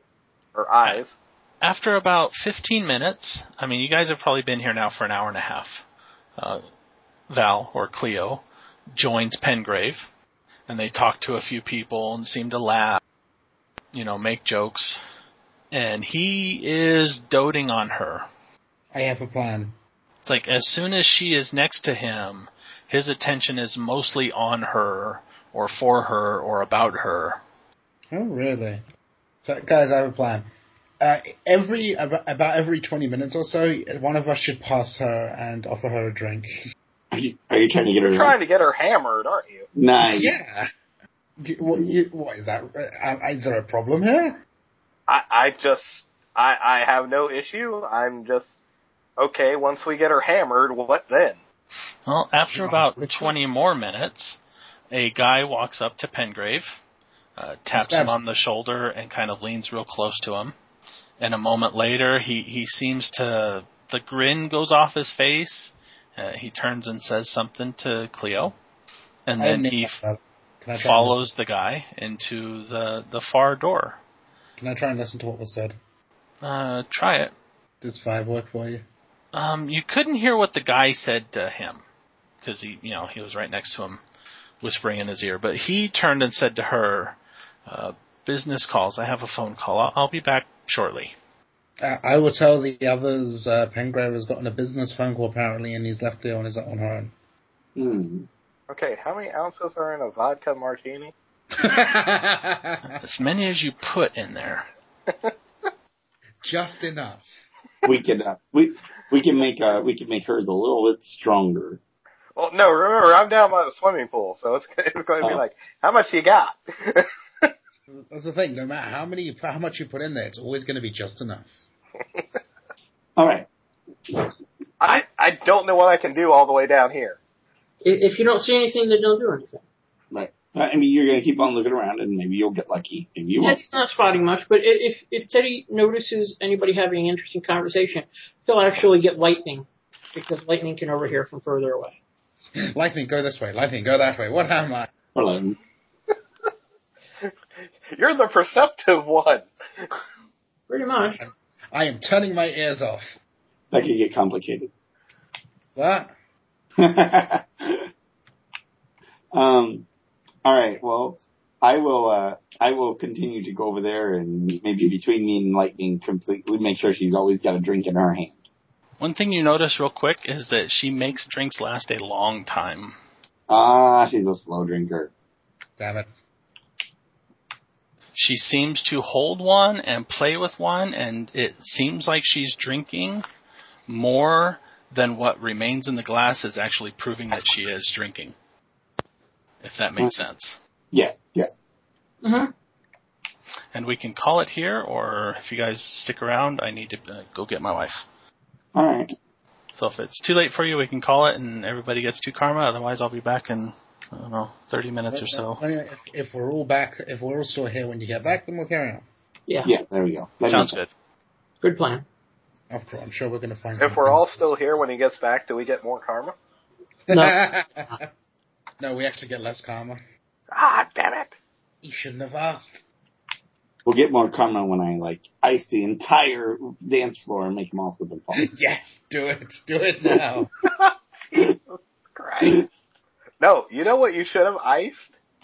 C: or eyes.
A: After about 15 minutes, I mean, you guys have probably been here now for an hour and a half. Uh, Val or Cleo joins Pengrave, and they talk to a few people and seem to laugh, you know, make jokes. And he is doting on her.
D: I have a plan.
A: It's like as soon as she is next to him, his attention is mostly on her or for her or about her.
D: Oh, really? So, guys, I have a plan. Uh, every about, about every twenty minutes or so, one of us should pass her and offer her a drink. <laughs>
E: Are you, are you trying to get her?
C: You're trying to get her hammered, aren't you?
E: Nice.
D: yeah. Do, what, you, what is that? Uh, is there a problem here?
C: I, I just, I, I have no issue. I'm just, okay, once we get her hammered, what then?
A: Well, after about 20 more minutes, a guy walks up to Pengrave, uh, taps him
D: Stabs.
A: on the shoulder, and kind of leans real close to him. And a moment later, he, he seems to. The grin goes off his face. Uh, he turns and says something to Cleo. And
D: I
A: then
D: admit
A: he
D: that. Um, uh, Can I try and
A: follows the guy into the, the far door.
D: listen- Can I try and listen to what was said?
A: Uh, try it.
D: Does five work for you?
A: Um, you couldn't hear what the guy said to him because he, you know, he was right next to him, whispering in his ear. But he turned and said to her, uh, "Business calls. I have a phone call. I'll, I'll be back shortly."
D: Uh, I will tell the others. Uh, Pengrave has gotten a business phone call apparently, and he's left Leo on his on her
A: <laughs>
D: own.
E: Hmm.
C: Okay, how many ounces are in a vodka martini?
A: As many as you put in there.
D: Just enough.
E: We can uh, we we can make uh we can make hers a little bit stronger.
C: Well, no, <laughs> remember, I'm down by the swimming pool, so it's, it's going to be
E: Oh.
C: like, how much you got?
D: That's the thing. No matter how many, you- how much you put in there, it's always going to be just enough.
E: All right.
C: <laughs> I I don't know what I can do all the way down here.
B: If, if you don't see anything, then don't do anything.
E: Right. Uh, I mean, you're going to keep on looking around, and maybe you'll get lucky. Maybe you won't.
B: Teddy's not spotting much, but i- if if Teddy notices anybody having an interesting conversation, he'll actually get lightning because lightning can overhear from further away.
D: Lightning, go this way. Lightning, go that way. What am I?
E: Hello.
C: You're the perceptive one.
B: Pretty much.
D: I am turning my ears off.
E: That could get complicated. <laughs>
D: What?
E: um, all right. Well, I will. Uh, I will continue to go over there, and maybe between me and Lightning, completely make sure she's always got a drink in her hand.
A: One thing you notice real quick is that she makes drinks last a long time.
E: Ah, she's a slow drinker.
D: Damn it.
A: She seems to hold one and play with one, and it seems like she's drinking more than what remains in the glass is actually proving that she is drinking. If that makes sense.
E: Yes. Yes.
B: hmm
A: And we can call it here, or if you guys stick around, I need to uh, go get my wife.
E: All right.
A: So if it's too late for you, we can call it, and everybody gets two karma. Otherwise, I'll be back in I don't know thirty minutes or so.
D: Anyway, uh, if, if we're all back, if we're all still here when you get back, then we'll carry on.
B: Yeah.
E: Yeah. There we go. That
A: Sounds
E: makes
A: good.
B: Good plan.
D: Of course, I'm sure we're going to find.
C: If we're all still here when he gets back, do we get more karma?
D: something.
B: No.
D: <laughs> no, we actually get less karma.
C: Ah, damn it!
D: You shouldn't have asked. <laughs>
E: We'll get more karma when I like ice the entire dance floor and make them all slip and fall. <laughs>
D: Yes, do it, do
B: <laughs>
D: it now.
C: Great. <clears throat> No, you know what you should have iced?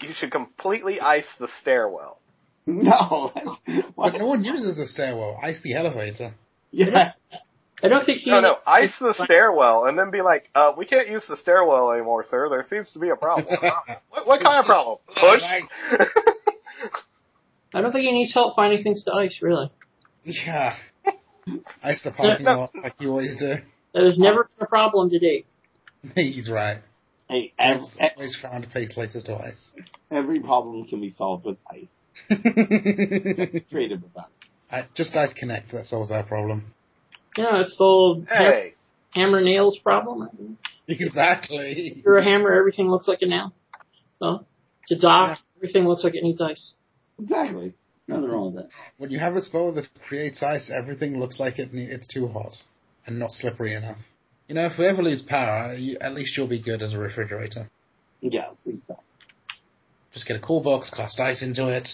C: You should completely ice the stairwell.
E: no. <laughs>
D: but
E: What?
D: no one uses the stairwell. Ice the elevator.
E: Yeah.
B: I don't think he.
C: No, no, ice the stairwell and then be like, uh, we can't use the stairwell anymore, sir. There seems to be a problem. what, what kind of problem? Push?
B: I don't think he needs help finding things to ice. Really, <laughs>
D: Yeah. Ice the parking lot like you always do. <laughs>
B: that has never been a problem to date.
D: He's right.
E: Hey, ev-
D: I've
E: e-
D: always found places
B: <laughs>
D: to ice. <laughs>
E: every problem can be solved with ice. Creative about it.
D: I, just ice connect. That solves our problem. <laughs>
B: You know, it's the old hammer,
C: <laughs> hey,
B: hammer nails problem.
D: Exactly.
B: If you're a hammer, everything looks like a nail. So to dock, everything looks like it needs ice.
E: Exactly. Nothing wrong with that.
D: When you have a spell that creates ice, everything looks like it ne- it's too hot and not slippery enough. You know, if we ever lose power, you, at least you'll be good as a refrigerator.
E: Yes, exactly.
D: Just get a cool box, cast ice into it,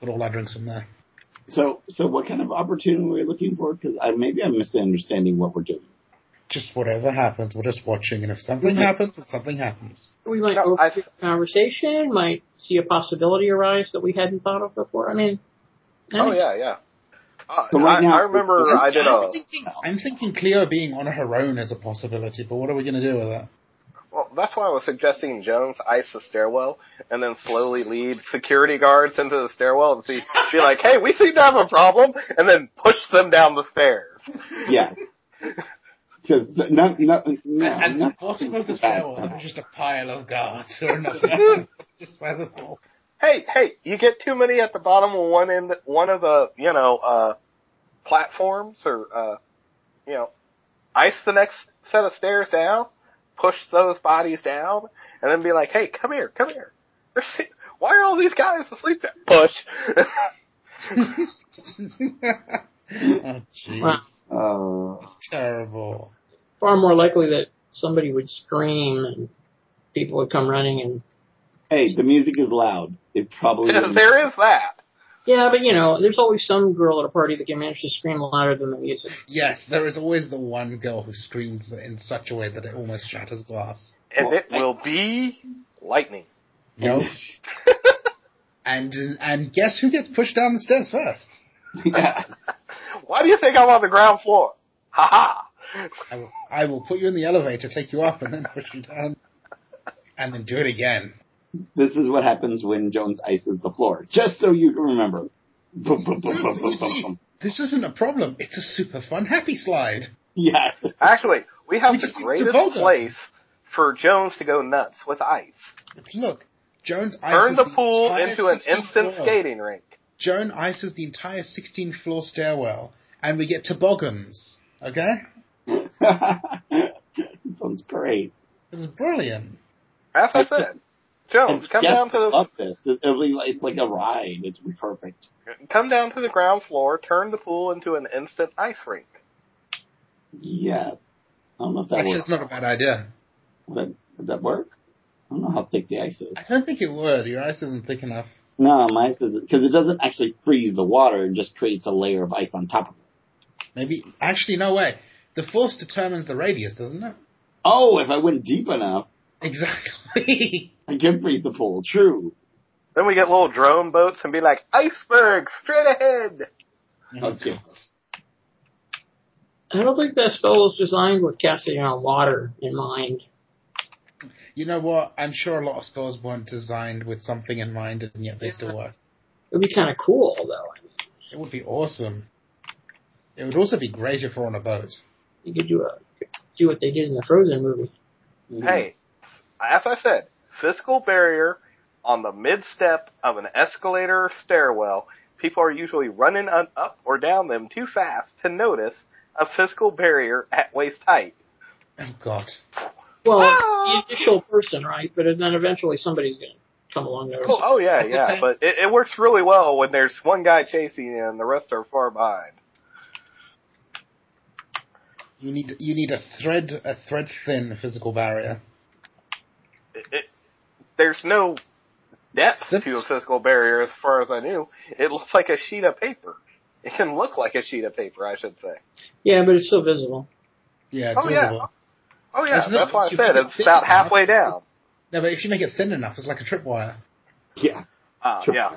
D: put all our drinks in there.
E: So, so what kind of opportunity are we looking for? Because I, maybe I'm misunderstanding what we're doing.
D: Just whatever happens, we're just watching, and if something happens, then something happens.
B: We might
C: no,
B: open
C: I,
B: a conversation, might see a possibility arise that we hadn't thought of before. I mean, I
C: oh
B: mean,
C: yeah, yeah. Uh,
E: So right
C: I,
E: now-
C: I remember I did
E: <laughs>
C: a.
D: I'm thinking, I'm thinking Cleo being on her own is a possibility, but what are we going to do with that?
C: Well, that's why I was suggesting Jones ice the stairwell and then slowly lead security guards into the stairwell and see, be like, hey, we seem to have a problem, and then push them down the stairs.
E: <laughs> Yeah. Because no, no, no,
D: At the
E: no-
D: bottom of the
E: bad
D: stairwell,
E: stuff.
D: there was just a pile of guards or
E: <laughs>
D: nothing. <laughs> just by the wall.
C: Hey, hey, you get too many at the bottom of one end, one of the, you know, uh, platforms or, uh, you know, ice the next set of stairs down, push those bodies down, and then be like, hey, come here, come here. They're se- Why are all these guys asleep? there? <laughs> Push.
D: <laughs> oh, jeez.
B: Wow.
E: Oh,
D: Terrible.
B: far more likely that somebody would scream and people would come running and
E: hey, the music is loud. It probably
C: there is that.
B: yeah, but you know, there's always some girl at a party that can manage to scream louder than the music.
D: Yes, there is always the one girl who screams in such a way that it almost shatters glass.
C: and
E: Well,
C: it will be lightning.
E: <laughs>
D: Yep. and and guess who gets pushed down the stairs first?
E: yeah.
C: Why do you think I'm on the ground floor? Ha ha!
D: I will, I will put you in the elevator, take you up, and then push you down, and then do it again.
E: This is what happens when Jones ices the floor. Just so you can remember. Boom, boom, boom, boom, boom, boom, <laughs> boom.
D: This isn't a problem. It's a super fun happy slide.
E: Yeah.
C: Actually, we have
D: We
C: the
D: just need to
C: greatest
D: vote on it.
C: place for Jones to go nuts with ice.
D: Look, Jones
C: Turn
D: ices
C: the pool
D: entire
C: into an
D: 16
C: instant
D: floor.
C: skating rink.
D: Joan ices the entire 16 floor stairwell, and we get toboggans. Okay?
E: Sounds great.
D: It's brilliant.
C: That's what I said. Jones,
E: And
C: come
E: guests
C: down to the
E: love this. It, it'll be like, it's like a ride. It's perfect.
C: come down to the ground floor. Turn the pool into an instant ice rink.
E: Yes. I don't know if that
D: Actually,
E: works.
D: it's not a bad idea.
E: Would that, would that work? I don't know how thick the ice is.
D: I don't think it would. Your ice isn't thick enough.
E: No, my ice isn't because it doesn't actually freeze the water. It just creates a layer of ice on top of it.
D: Maybe. Actually, no way. The force determines the radius, doesn't it?
E: Oh, if I went deep enough,
D: <laughs> Exactly.
E: I could freeze the pool. True.
C: Then we get little drone boats and be like, iceberg straight ahead.
D: Oh,
E: Okay.
B: I don't think that spell was designed with casting on water in mind.
D: You know what? I'm sure a lot of spells weren't designed with something in mind, and yet they still work.
B: It'd be kind of cool, though.
D: It would be awesome. It would also be great if we're on a boat.
B: You could do a do what they did in the Frozen movie.
C: Hey,
D: Mm-hmm.
C: as I said, physical barrier on the mid step of an escalator or stairwell. People are usually running un- up or down them too fast to notice a physical barrier at waist height.
D: Oh, God.
B: Well,
C: Ah!
B: the initial person, right? But then eventually somebody's going to come along there.
C: Oh, oh yeah,
D: That's
C: yeah,
D: okay.
C: but it, it works really well when there's one guy chasing you and the rest are far behind.
D: You need you need a thread a thread thin physical barrier.
C: It, it, there's no depth to a
D: That's-
C: physical barrier as far as I knew. It looks like a sheet of paper. It can look like a sheet of paper, I should say.
B: Yeah, but it's still visible.
D: Yeah, it's
C: Oh, yeah.
D: visible.
C: Oh yeah,
D: It's not-
C: that's why I
D: you
C: said
D: put it
C: it's
D: thin,
C: about
D: right?
C: halfway down.
D: No, but if you make it thin enough, it's like a tripwire.
E: Yeah.
C: Uh,
E: Sure.
C: yeah.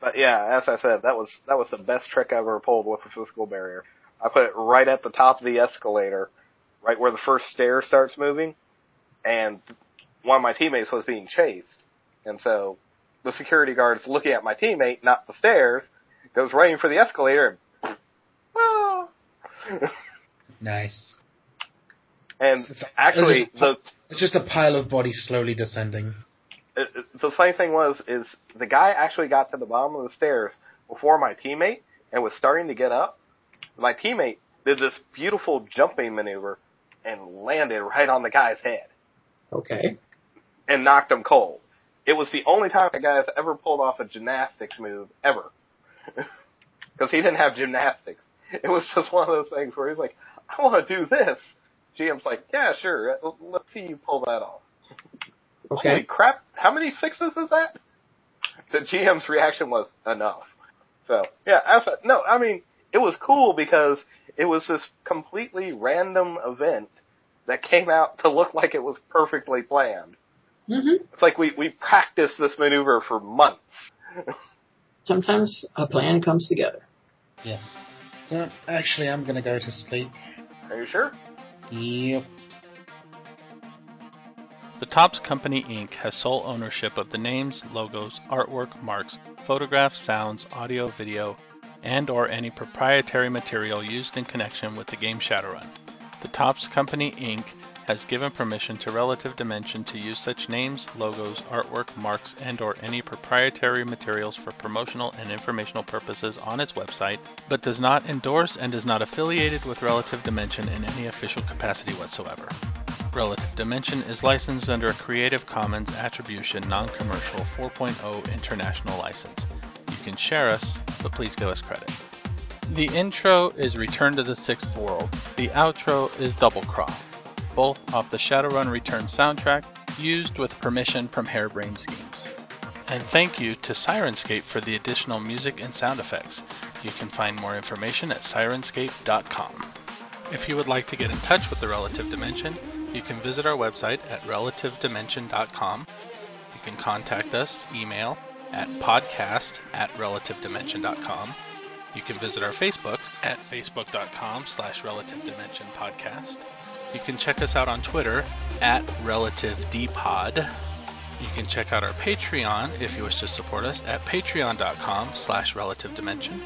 C: But yeah, as I said, that was that was the best trick I ever pulled with a physical barrier. I put it right at the top of the escalator, right where the first stair starts moving, and one of my teammates was being chased. And so the security guard's looking at my teammate, not the stairs, goes running for the escalator ah! and
D: Nice.
C: and
D: It's-
C: actually
D: <laughs> it's just,
C: the
D: it's just a pile of bodies slowly descending.
C: it, it- Uh, the funny thing was is the guy actually got to the bottom of the stairs before my teammate and was starting to get up. My teammate did this beautiful jumping maneuver and landed right on the guy's head
B: Okay.
C: and knocked him cold. It was the only time the guy's ever pulled off a gymnastics move ever. <laughs> Because he didn't have gymnastics. It was just one of those things where he's like, I want to do this. GM's like, yeah, sure. Let's see you pull that off. Holy
B: Okay.
C: crap, how many sixes is that? The GM's reaction was enough. So, yeah, I said, no, I mean, it was cool because it was this completely random event that came out to look like it was perfectly planned.
B: Mm-hmm.
C: It's like we, we practiced this maneuver for months.
B: Sometimes a plan comes together.
D: Yes. So actually, I'm gonna go to sleep.
C: Are you sure?
D: Yep.
A: The Topps Company Inc. has sole ownership of the names, logos, artwork, marks, photographs, sounds, audio, video, and or any proprietary material used in connection with the game Shadowrun. The Topps Company Inc. has given permission to Relative Dimension to use such names, logos, artwork, marks, and or any proprietary materials for promotional and informational purposes on its website, but does not endorse and is not affiliated with Relative Dimension in any official capacity whatsoever. Relative Dimension is licensed under a Creative Commons Attribution Non Commercial 4.0 International License. You can share us, but please give us credit. The intro is Return to the Sixth World. The outro is Double Cross, both off the Shadowrun Return soundtrack, used with permission from Harebrained Schemes. And thank you to Sirenscape for the additional music and sound effects. You can find more information at sirenscape.com. If you would like to get in touch with the Relative Dimension, you can visit our website at relativedimension.com. You can contact us, email at podcast at relativedimension.com. You can visit our Facebook at facebook.com slash relative dimension podcast. You can check us out on Twitter at relative dpod. You can check out our Patreon if you wish to support us at patreon.com slash relative dimension.